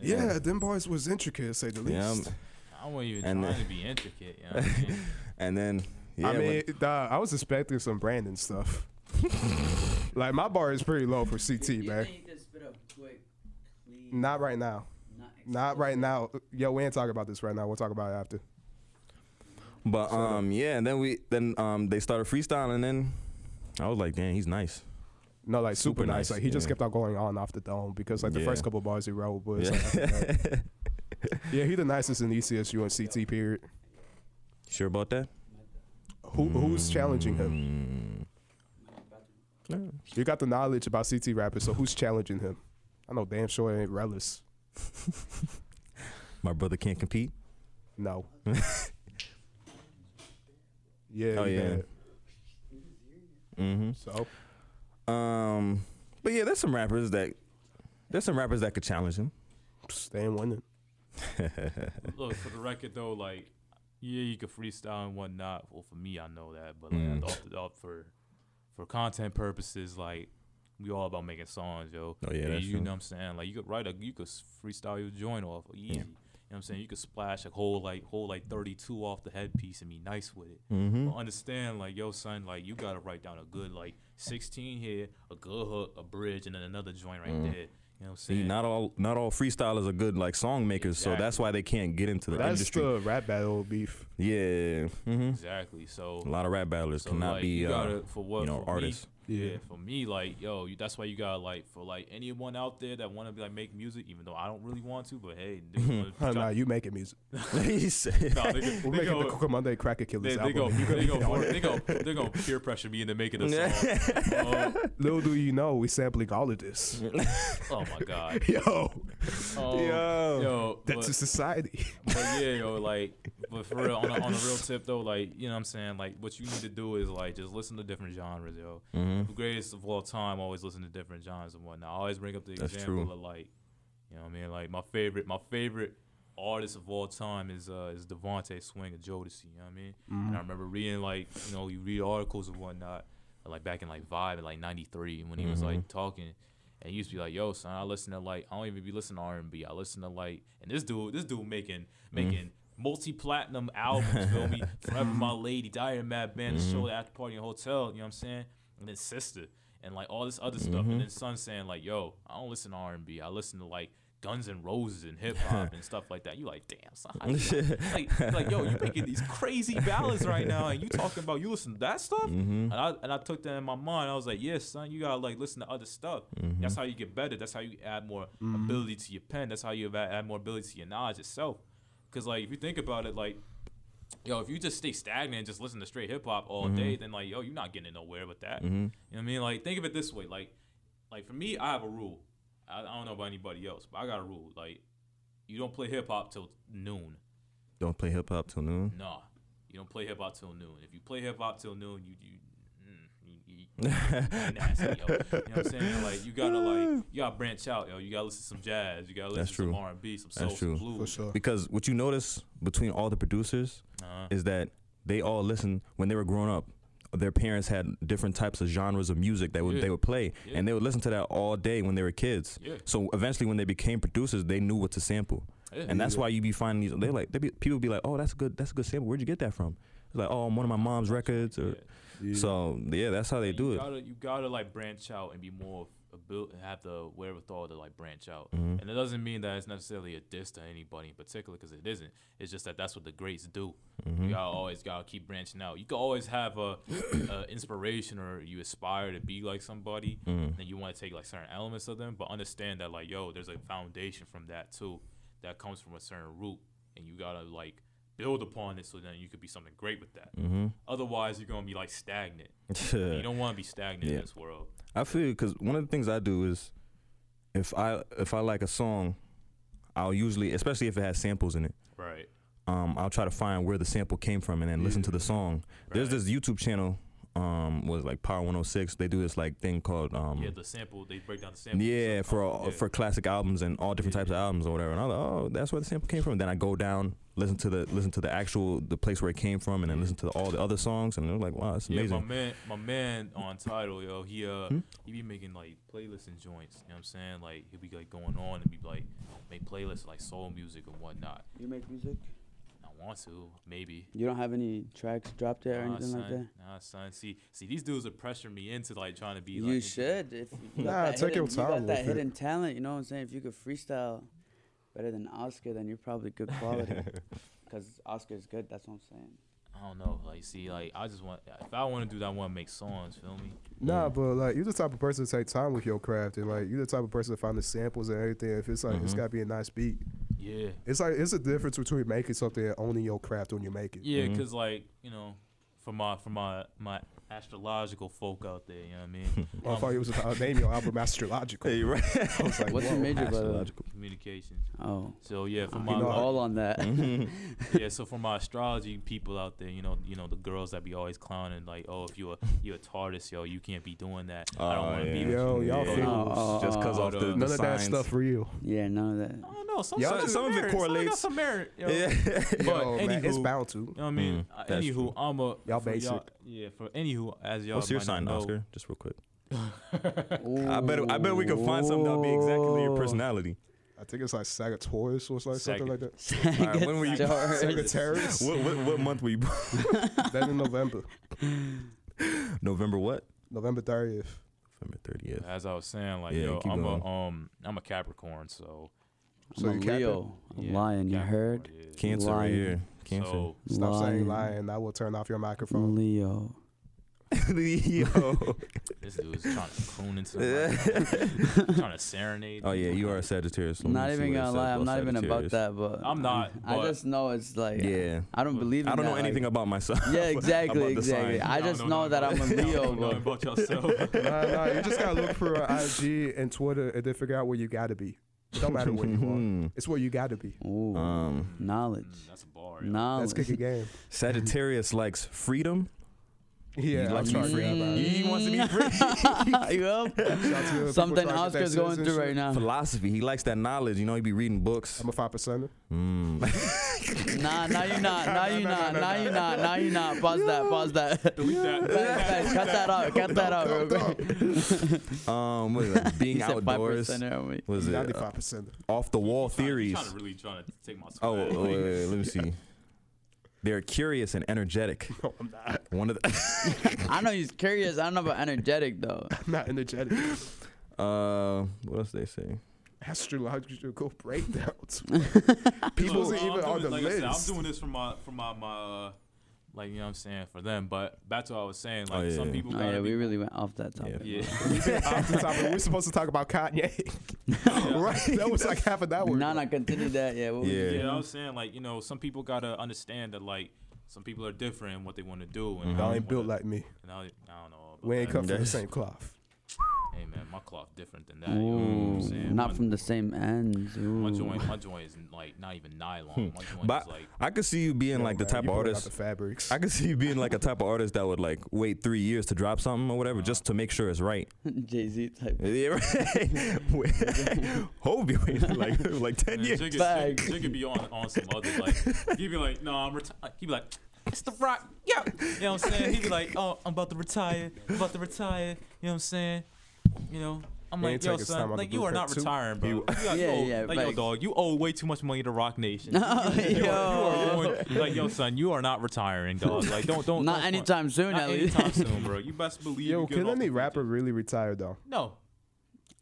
Speaker 1: Yeah, them boys was intricate, to say the least.
Speaker 2: yeah, I'm-
Speaker 3: I wasn't even
Speaker 2: And, uh,
Speaker 3: trying to be intricate. You know what I mean?
Speaker 2: and then yeah,
Speaker 1: I mean,
Speaker 2: when-
Speaker 1: nah, I was expecting some Brandon stuff. like my bar is pretty low for
Speaker 5: Do
Speaker 1: CT,
Speaker 5: you
Speaker 1: man.
Speaker 5: think you could spit up quick, clean,
Speaker 1: Not right now.
Speaker 5: not
Speaker 1: Not
Speaker 5: explosive?
Speaker 1: right now. Yo, we ain't talking about this right now. We'll talk about it after.
Speaker 2: but um, yeah, and then we, then um, they started freestyling, and then I was like, damn, he's nice.
Speaker 1: No, like super,
Speaker 2: Super
Speaker 1: nice.
Speaker 2: nice,
Speaker 1: Like he just
Speaker 2: yeah.
Speaker 1: kept on going on off the dome because like the
Speaker 2: Yeah.
Speaker 1: first couple bars he wrote was
Speaker 2: Yeah.
Speaker 1: like, after that. yeah, he the nicest in E ECSU and CT period.
Speaker 2: You sure about that?
Speaker 1: Who who's challenging him?
Speaker 2: Mm.
Speaker 1: You got the knowledge about CT rappers, so who's challenging him? I know damn sure it ain't Rellis.
Speaker 2: My brother can't compete.
Speaker 1: No. yeah.
Speaker 2: Oh,
Speaker 1: you
Speaker 2: yeah.
Speaker 1: bad.
Speaker 2: Mm-hmm.
Speaker 1: So
Speaker 2: Um, but yeah, there's some rappers that, there's some rappers that could challenge him.
Speaker 1: psst, they ain't winning.
Speaker 3: Look, for the record though, like yeah, you could freestyle and whatnot. Well, for me, I know that, but like,
Speaker 2: Mm.
Speaker 3: off, the- off for for content purposes, like we all about making songs, yo.
Speaker 2: Oh, yeah,
Speaker 3: And
Speaker 2: that's
Speaker 3: you
Speaker 2: true.
Speaker 3: know what I'm saying. Like you could write a, you could s- freestyle your joint off easy.
Speaker 2: Yeah.
Speaker 3: You know what I'm saying? You could splash a whole like whole like 32 off the headpiece and be nice with it.
Speaker 2: Mm-hmm.
Speaker 3: But understand, like, yo, son, like, you gotta write down a good, like, 16 here, a good hook, a bridge, and then another joint right there. You know what I'm
Speaker 2: Mm. See,
Speaker 3: saying?
Speaker 2: not all not all freestylers are good like song makers, so
Speaker 3: Exactly.
Speaker 2: that's why they can't get into the
Speaker 1: That's
Speaker 2: industry.
Speaker 1: the rap battle beef.
Speaker 2: yeah, hmm
Speaker 3: exactly. So,
Speaker 2: a lot of rap battlers
Speaker 3: so
Speaker 2: cannot
Speaker 3: like,
Speaker 2: be
Speaker 3: you gotta,
Speaker 2: uh,
Speaker 3: for what,
Speaker 2: you know,
Speaker 3: for me-
Speaker 2: artists.
Speaker 3: yeah.
Speaker 1: Yeah.
Speaker 3: for me, like, yo, you, that's why you gotta, like, for like anyone out there that wanna be like make music, even though I don't really want to, but hey, dude, wanna
Speaker 1: Huh, nah,
Speaker 3: try-
Speaker 1: you making music.
Speaker 2: He said-
Speaker 3: Nah, they, go-
Speaker 1: We're
Speaker 3: they
Speaker 1: making
Speaker 3: go-
Speaker 1: the Coco Monday Cracker
Speaker 3: they,
Speaker 1: Killers
Speaker 3: they go,
Speaker 1: album.
Speaker 3: they go, for- they go, they go, peer pressure me into making a song. oh,
Speaker 1: Little do you know, we sampling all of this.
Speaker 3: oh my god,
Speaker 1: Yo,
Speaker 3: oh,
Speaker 1: Yo.
Speaker 3: yo,
Speaker 1: that's
Speaker 3: but-
Speaker 1: a society.
Speaker 3: But yeah, yo, like, but for real, on a, on a real tip though, like, you know what I'm saying? Like, what you need to do is, like, just listen to different genres, yo.
Speaker 2: Mm-hmm.
Speaker 3: The greatest of all time always listen to different genres and whatnot. I always bring up the
Speaker 2: That's
Speaker 3: example
Speaker 2: true.
Speaker 3: of, like, you know what I mean? Like, my favorite, my favorite artist of all time is uh is Devonte Swing of Jodeci, you know what I mean?
Speaker 2: Mm-hmm.
Speaker 3: And I remember reading, like, you know, you read articles and whatnot, like, back in, like, Vibe in, like, 93 when he
Speaker 2: Mm-hmm.
Speaker 3: was, like, talking. And he used to be like, "Yo, son, I listen to like I don't even be listening to R and B. I listen to like and this dude, this dude making making multi platinum albums. feel me? Forever My Lady, Diary of Mad Band, the show, the after party in hotel. You know what I'm saying? And then Sister and like all this other stuff. And then Son saying like, "Yo, I don't listen to R and B. I listen to like." Guns and Roses and hip hop and stuff like that. You like, damn, son. how you Like, like, like, yo, you making these crazy ballads right now, and you talking about you listen to that stuff.
Speaker 2: Mm-hmm.
Speaker 3: And I and I took that in my mind. I was like, yes, son, you gotta like listen to other stuff. That's
Speaker 2: Mm-hmm.
Speaker 3: how you get better. That's how you add more
Speaker 1: Mm-hmm.
Speaker 3: ability to your pen. That's how you add add more ability to your knowledge itself. Because like, if you think about it, like, yo, if you just stay stagnant and just listen to straight hip hop all day, then like, yo, you're not getting nowhere with
Speaker 2: Mm-hmm.
Speaker 3: that. You know what I mean? Like, think of it this way. Like, like for me, I have a rule. I, I don't know about anybody else, but I got a rule. Like, you don't play hip hop till noon.
Speaker 2: Don't play hip hop till noon.
Speaker 3: Nah, you don't play hip hop till noon. If you play hip hop till noon, you you, mm, you, you and nasty, yo. You know what I'm saying? Like you gotta like you gotta branch out, yo. You gotta listen to some jazz. You gotta listen
Speaker 2: That's
Speaker 3: to some
Speaker 2: true.
Speaker 3: R and B, some soul,
Speaker 2: That's
Speaker 3: some
Speaker 2: true.
Speaker 3: blues.
Speaker 1: for sure.
Speaker 2: because what you notice between all the producers
Speaker 3: Uh-huh.
Speaker 2: is that they all listen when they were growing up. Their parents had different types of genres of music that would,
Speaker 3: Yeah.
Speaker 2: they would play,
Speaker 3: Yeah.
Speaker 2: and they would listen to that all day when they were kids.
Speaker 3: Yeah.
Speaker 2: So eventually, when they became producers, they knew what to sample,
Speaker 3: Yeah.
Speaker 2: and that's why you be finding these. They like they be, people be like, "Oh, that's a good, that's a good sample. Where'd you get that from?" It's like, "Oh, on one of my mom's records." Or
Speaker 1: Yeah.
Speaker 2: so, yeah, that's how they
Speaker 3: And
Speaker 2: do
Speaker 3: you
Speaker 2: it.
Speaker 3: Gotta, you gotta like branch out and be more built and have the wherewithal to like branch out.
Speaker 2: Mhm.
Speaker 3: And it doesn't mean that it's necessarily a diss to anybody in particular because it isn't. It's just that that's what the greats do.
Speaker 2: Mm-hmm.
Speaker 3: You gotta always gotta keep branching out. You can always have a, a inspiration or you aspire to be like somebody,
Speaker 2: Mm.
Speaker 3: and you want to take like certain elements of them, but understand that like yo, there's a foundation from that too that comes from a certain root, and you gotta like build upon it so then you could be something great with that. Otherwise, you're gonna be like stagnant.
Speaker 2: Mm-hmm.
Speaker 3: You don't want to be stagnant
Speaker 2: Yeah.
Speaker 3: in this world.
Speaker 2: I feel because one of the things I do is if I if I like a song, I'll usually, especially if it has samples in it,
Speaker 3: Right.
Speaker 2: um, I'll try to find where the sample came from and then listen to the song. There's
Speaker 3: Right.
Speaker 2: this YouTube channel, um, was like Power 106. They do this like thing called um,
Speaker 3: Yeah, the sample they break down the sample. Oh,
Speaker 2: yeah, for all,
Speaker 3: yeah.
Speaker 2: for classic albums and all different types of albums or whatever. And I was like, oh, that's where the sample came from. Then I go down, listen to the listen to the actual the place where it came from, and then listen to all the other songs, and they're like, wow, that's
Speaker 3: Yeah,
Speaker 2: amazing. Hmm?
Speaker 3: my man, my man on title, yo, he uh, he be making like playlists and joints. You know what I'm saying? Like he'll be like going on and be like make playlists like soul music and whatnot.
Speaker 5: You make music?
Speaker 3: I want to maybe.
Speaker 5: You don't have any tracks dropped there or
Speaker 3: Nah,
Speaker 5: anything
Speaker 3: son.
Speaker 5: like that?
Speaker 3: Nah, son. See, see, these dudes are pressuring me into like trying to be. like,
Speaker 5: You
Speaker 3: into-
Speaker 5: should. If you got
Speaker 1: Nah,
Speaker 5: that
Speaker 1: take your
Speaker 5: hidden, You
Speaker 1: time
Speaker 5: got that
Speaker 1: with it.
Speaker 5: hidden talent. You know what I'm saying? If you could freestyle better than Oscar, then you're probably good quality. Because Oscar's good. That's what I'm saying.
Speaker 3: I don't know. Like, see, like I just want. If I want to do that, I want to make songs. Feel me?
Speaker 1: Nah, but like you're the type of person to take time with your craft, and like you're the type of person to find the samples and everything. If it's like it's gotta be a nice beat,
Speaker 3: Yeah.
Speaker 1: it's like it's a difference between making something and owning your craft when you make it.
Speaker 3: Yeah, cause like you know, for my for my my astrological folk out there, you know what I mean.
Speaker 1: I thought it was about name your album astrological.
Speaker 2: Hey, right.
Speaker 1: I was like,
Speaker 5: What's your
Speaker 1: whoa.
Speaker 5: major, by the way?
Speaker 2: Astrological.
Speaker 3: Communications.
Speaker 5: Oh.
Speaker 3: So yeah, for
Speaker 5: I'm
Speaker 3: my
Speaker 1: know,
Speaker 5: all on that.
Speaker 2: Mm-hmm.
Speaker 3: yeah, so for my astrology people out there, you know, you know the girls that be always clowning like, oh, if you're you're a Taurus, yo, you can't be doing that. I don't
Speaker 2: Oh,
Speaker 3: want to
Speaker 2: yeah.
Speaker 3: be. With
Speaker 1: Yo,
Speaker 3: you.
Speaker 1: y'all
Speaker 3: Yeah.
Speaker 1: feel-
Speaker 5: Oh, oh,
Speaker 2: just because
Speaker 3: oh,
Speaker 2: off
Speaker 3: oh.
Speaker 2: the, the
Speaker 1: none of that
Speaker 2: signs.
Speaker 1: stuff real.
Speaker 5: yeah, none of that.
Speaker 3: I don't know. Some,
Speaker 1: Y'all
Speaker 3: some,
Speaker 1: just-
Speaker 3: some of it correlates. Some merit. you know? But
Speaker 1: Yo,
Speaker 3: anywho,
Speaker 1: man, it's
Speaker 3: you know
Speaker 1: bound to.
Speaker 3: what I mean?
Speaker 2: Mm,
Speaker 3: Uh,
Speaker 2: that's
Speaker 3: anywho,
Speaker 2: true.
Speaker 3: I'm a
Speaker 1: Y'all
Speaker 3: for
Speaker 1: basic.
Speaker 3: yeah, for anywho, as y'all.
Speaker 2: What's your
Speaker 3: might not
Speaker 2: sign,
Speaker 3: know,
Speaker 2: Oscar? Just real quick. I bet I bet we could find something that'll be exactly your personality.
Speaker 1: I think it's like Sagittarius or like something
Speaker 3: Sag-
Speaker 1: like that.
Speaker 2: Alright, when were you-
Speaker 5: Sagittarius.
Speaker 1: Sagittarius.
Speaker 2: What, what what month were you born?
Speaker 1: that in November,
Speaker 2: November what?
Speaker 1: November thirtieth.
Speaker 2: November thirtieth.
Speaker 3: As I was saying, like
Speaker 2: Yeah,
Speaker 3: yo,
Speaker 2: keep
Speaker 3: I'm
Speaker 2: going.
Speaker 3: a um, I'm a Capricorn, so
Speaker 5: I'm
Speaker 1: So
Speaker 5: a
Speaker 1: you capping?
Speaker 5: Leo. A
Speaker 3: yeah,
Speaker 5: lion, you
Speaker 3: Capricorn,
Speaker 5: heard?
Speaker 3: yeah.
Speaker 2: Cancer right
Speaker 5: Lion.
Speaker 2: here. Cancer.
Speaker 3: So
Speaker 1: Stop saying
Speaker 5: Lion.
Speaker 1: lying. I will turn off your microphone.
Speaker 5: Leo.
Speaker 2: Yo.
Speaker 3: this dude's trying to croon into the mic, trying to serenade.
Speaker 2: Oh
Speaker 3: me.
Speaker 2: yeah, you are a Sagittarius. so let
Speaker 5: not
Speaker 2: me see
Speaker 5: even
Speaker 2: what it
Speaker 5: gonna
Speaker 2: says
Speaker 5: lie, I'm not even about
Speaker 2: Sagittarius.
Speaker 5: that, but
Speaker 3: I'm not,
Speaker 5: I,
Speaker 3: but-
Speaker 5: just know it's like
Speaker 2: Yeah.
Speaker 5: I don't believe. In
Speaker 2: I don't know
Speaker 5: that, like-
Speaker 2: anything about myself.
Speaker 5: yeah, exactly,
Speaker 2: about the
Speaker 5: exactly.
Speaker 2: sign.
Speaker 5: I
Speaker 3: Y'all
Speaker 5: just know that I'm a
Speaker 3: nothing about- y'all
Speaker 5: Leo,
Speaker 3: don't know
Speaker 5: bro.
Speaker 3: nothing about yourself.
Speaker 1: nah, nah, you just gotta look for uh, IG and Twitter and then figure out where you gotta be. It don't matter where you are. It's where you gotta be.
Speaker 5: Ooh,
Speaker 2: Hmm. Um,
Speaker 5: knowledge,
Speaker 3: Mm, That's a bar. yo.
Speaker 1: Let's
Speaker 5: knowledge.
Speaker 1: kick a game.
Speaker 2: Sagittarius likes freedom.
Speaker 1: Yeah,
Speaker 2: You
Speaker 1: I'm
Speaker 2: like to be
Speaker 1: sorry
Speaker 2: free.
Speaker 1: about that.
Speaker 2: He wants to be free.
Speaker 5: You up?
Speaker 1: Shout out to the people
Speaker 5: Something
Speaker 1: trying to get
Speaker 5: Oscar's
Speaker 1: that
Speaker 5: going through
Speaker 1: citizenship.
Speaker 5: right now.
Speaker 2: Philosophy. He likes that knowledge. You know, he be reading books.
Speaker 1: I'm a five percenter.
Speaker 2: Mm.
Speaker 5: Nah, nah, you not, nah, you not, nah, you not, nah, you not. Pause that, pause that.
Speaker 3: Delete that. Delete
Speaker 5: Back, back,
Speaker 3: that.
Speaker 5: Cut that out, cut that out, real quick.
Speaker 2: Um, what is that?
Speaker 5: He
Speaker 2: being
Speaker 5: said five
Speaker 2: outdoors.
Speaker 5: percent on me.
Speaker 2: Was it
Speaker 1: Ninety
Speaker 2: uh,
Speaker 1: five percent.
Speaker 2: off the wall
Speaker 3: Trying-
Speaker 2: theories?
Speaker 3: Trying to really trying to take my.
Speaker 2: Oh, wait,
Speaker 3: swag.
Speaker 2: wait, wait, let me see. They're curious and energetic.
Speaker 1: No, I'm not.
Speaker 2: One of the
Speaker 5: I know he's curious. I don't know about energetic though.
Speaker 1: I'm not energetic.
Speaker 2: uh, what else they say?
Speaker 1: Astrological breakdowns.
Speaker 3: Look,
Speaker 1: People
Speaker 3: I'm
Speaker 1: isn't even
Speaker 3: doing-
Speaker 1: on the
Speaker 3: like I said,
Speaker 1: list.
Speaker 3: I'm doing this for my for my my. Uh, like you know what I'm saying for them, but back to what I was saying.
Speaker 2: Oh,
Speaker 3: Like
Speaker 2: yeah,
Speaker 3: some
Speaker 2: yeah.
Speaker 3: people
Speaker 5: Oh
Speaker 3: gotta
Speaker 5: yeah, we
Speaker 3: be.
Speaker 5: really went off that topic.
Speaker 3: yeah.
Speaker 1: Off the top, we're supposed to talk about Kanye, right? That was like half an hour.
Speaker 5: No, no, continue that. Yeah. What was
Speaker 2: Yeah.
Speaker 5: it?
Speaker 3: Yeah, I was saying like you know some people gotta understand that like some people are different in what they want to do and
Speaker 1: Y'all
Speaker 3: how they
Speaker 1: ain't Mm-hmm. built
Speaker 3: wanna-
Speaker 1: like me.
Speaker 3: and how they- I don't know. about
Speaker 1: We ain't
Speaker 3: that.
Speaker 1: come from the
Speaker 2: That's-
Speaker 1: same cloth.
Speaker 3: Hey man, my cloth different than that. You know what I'm
Speaker 5: Ooh,
Speaker 3: saying?
Speaker 5: not
Speaker 3: my,
Speaker 5: from the same ends.
Speaker 3: my
Speaker 5: ooh.
Speaker 3: joint. My joint is like not even nylon. My joint
Speaker 2: But
Speaker 3: is like
Speaker 2: I could see you being
Speaker 1: Yo,
Speaker 2: like the
Speaker 1: man,
Speaker 2: type
Speaker 1: you
Speaker 2: of
Speaker 1: pulling out
Speaker 2: artist.
Speaker 1: the fabrics.
Speaker 2: I could see you being like a type of artist that would like wait three years to drop something or whatever just to make sure it's right.
Speaker 5: Jay Z type.
Speaker 2: Yeah, right. Wait, Hope you waited like like ten
Speaker 3: And
Speaker 2: years.
Speaker 3: Jigga,
Speaker 5: Bag.
Speaker 3: Jigga- Jigga be on, on some other like he'd be like, no, I'm retired. He'd be like, it's the rock, yo. You know what I'm saying? He'd be like, oh, I'm about to retire, I'm about to retire. You know what I'm saying? You know. I'm
Speaker 1: He
Speaker 3: like,
Speaker 1: ain't
Speaker 3: yo,
Speaker 1: taking his time
Speaker 3: son,
Speaker 1: out
Speaker 3: like
Speaker 1: the
Speaker 3: you are not
Speaker 1: blueprint, too.
Speaker 3: retiring, bro. You, got- you
Speaker 5: Yeah,
Speaker 3: owe-
Speaker 5: yeah,
Speaker 3: like, yo,
Speaker 5: facts.
Speaker 3: dog, you owe way too much money to Rock Nation.
Speaker 1: Oh,
Speaker 3: you, are, you,
Speaker 5: Yo,
Speaker 3: are going, like, yo, son, you are not retiring, dog. Like, don't, don't,
Speaker 5: not
Speaker 3: don't
Speaker 5: anytime soon.
Speaker 3: not
Speaker 5: at least.
Speaker 3: anytime soon, bro. You best believe.
Speaker 1: Yo,
Speaker 3: you get
Speaker 1: can
Speaker 3: off
Speaker 1: any
Speaker 3: the
Speaker 1: rapper
Speaker 3: project.
Speaker 1: really retire though?
Speaker 3: No,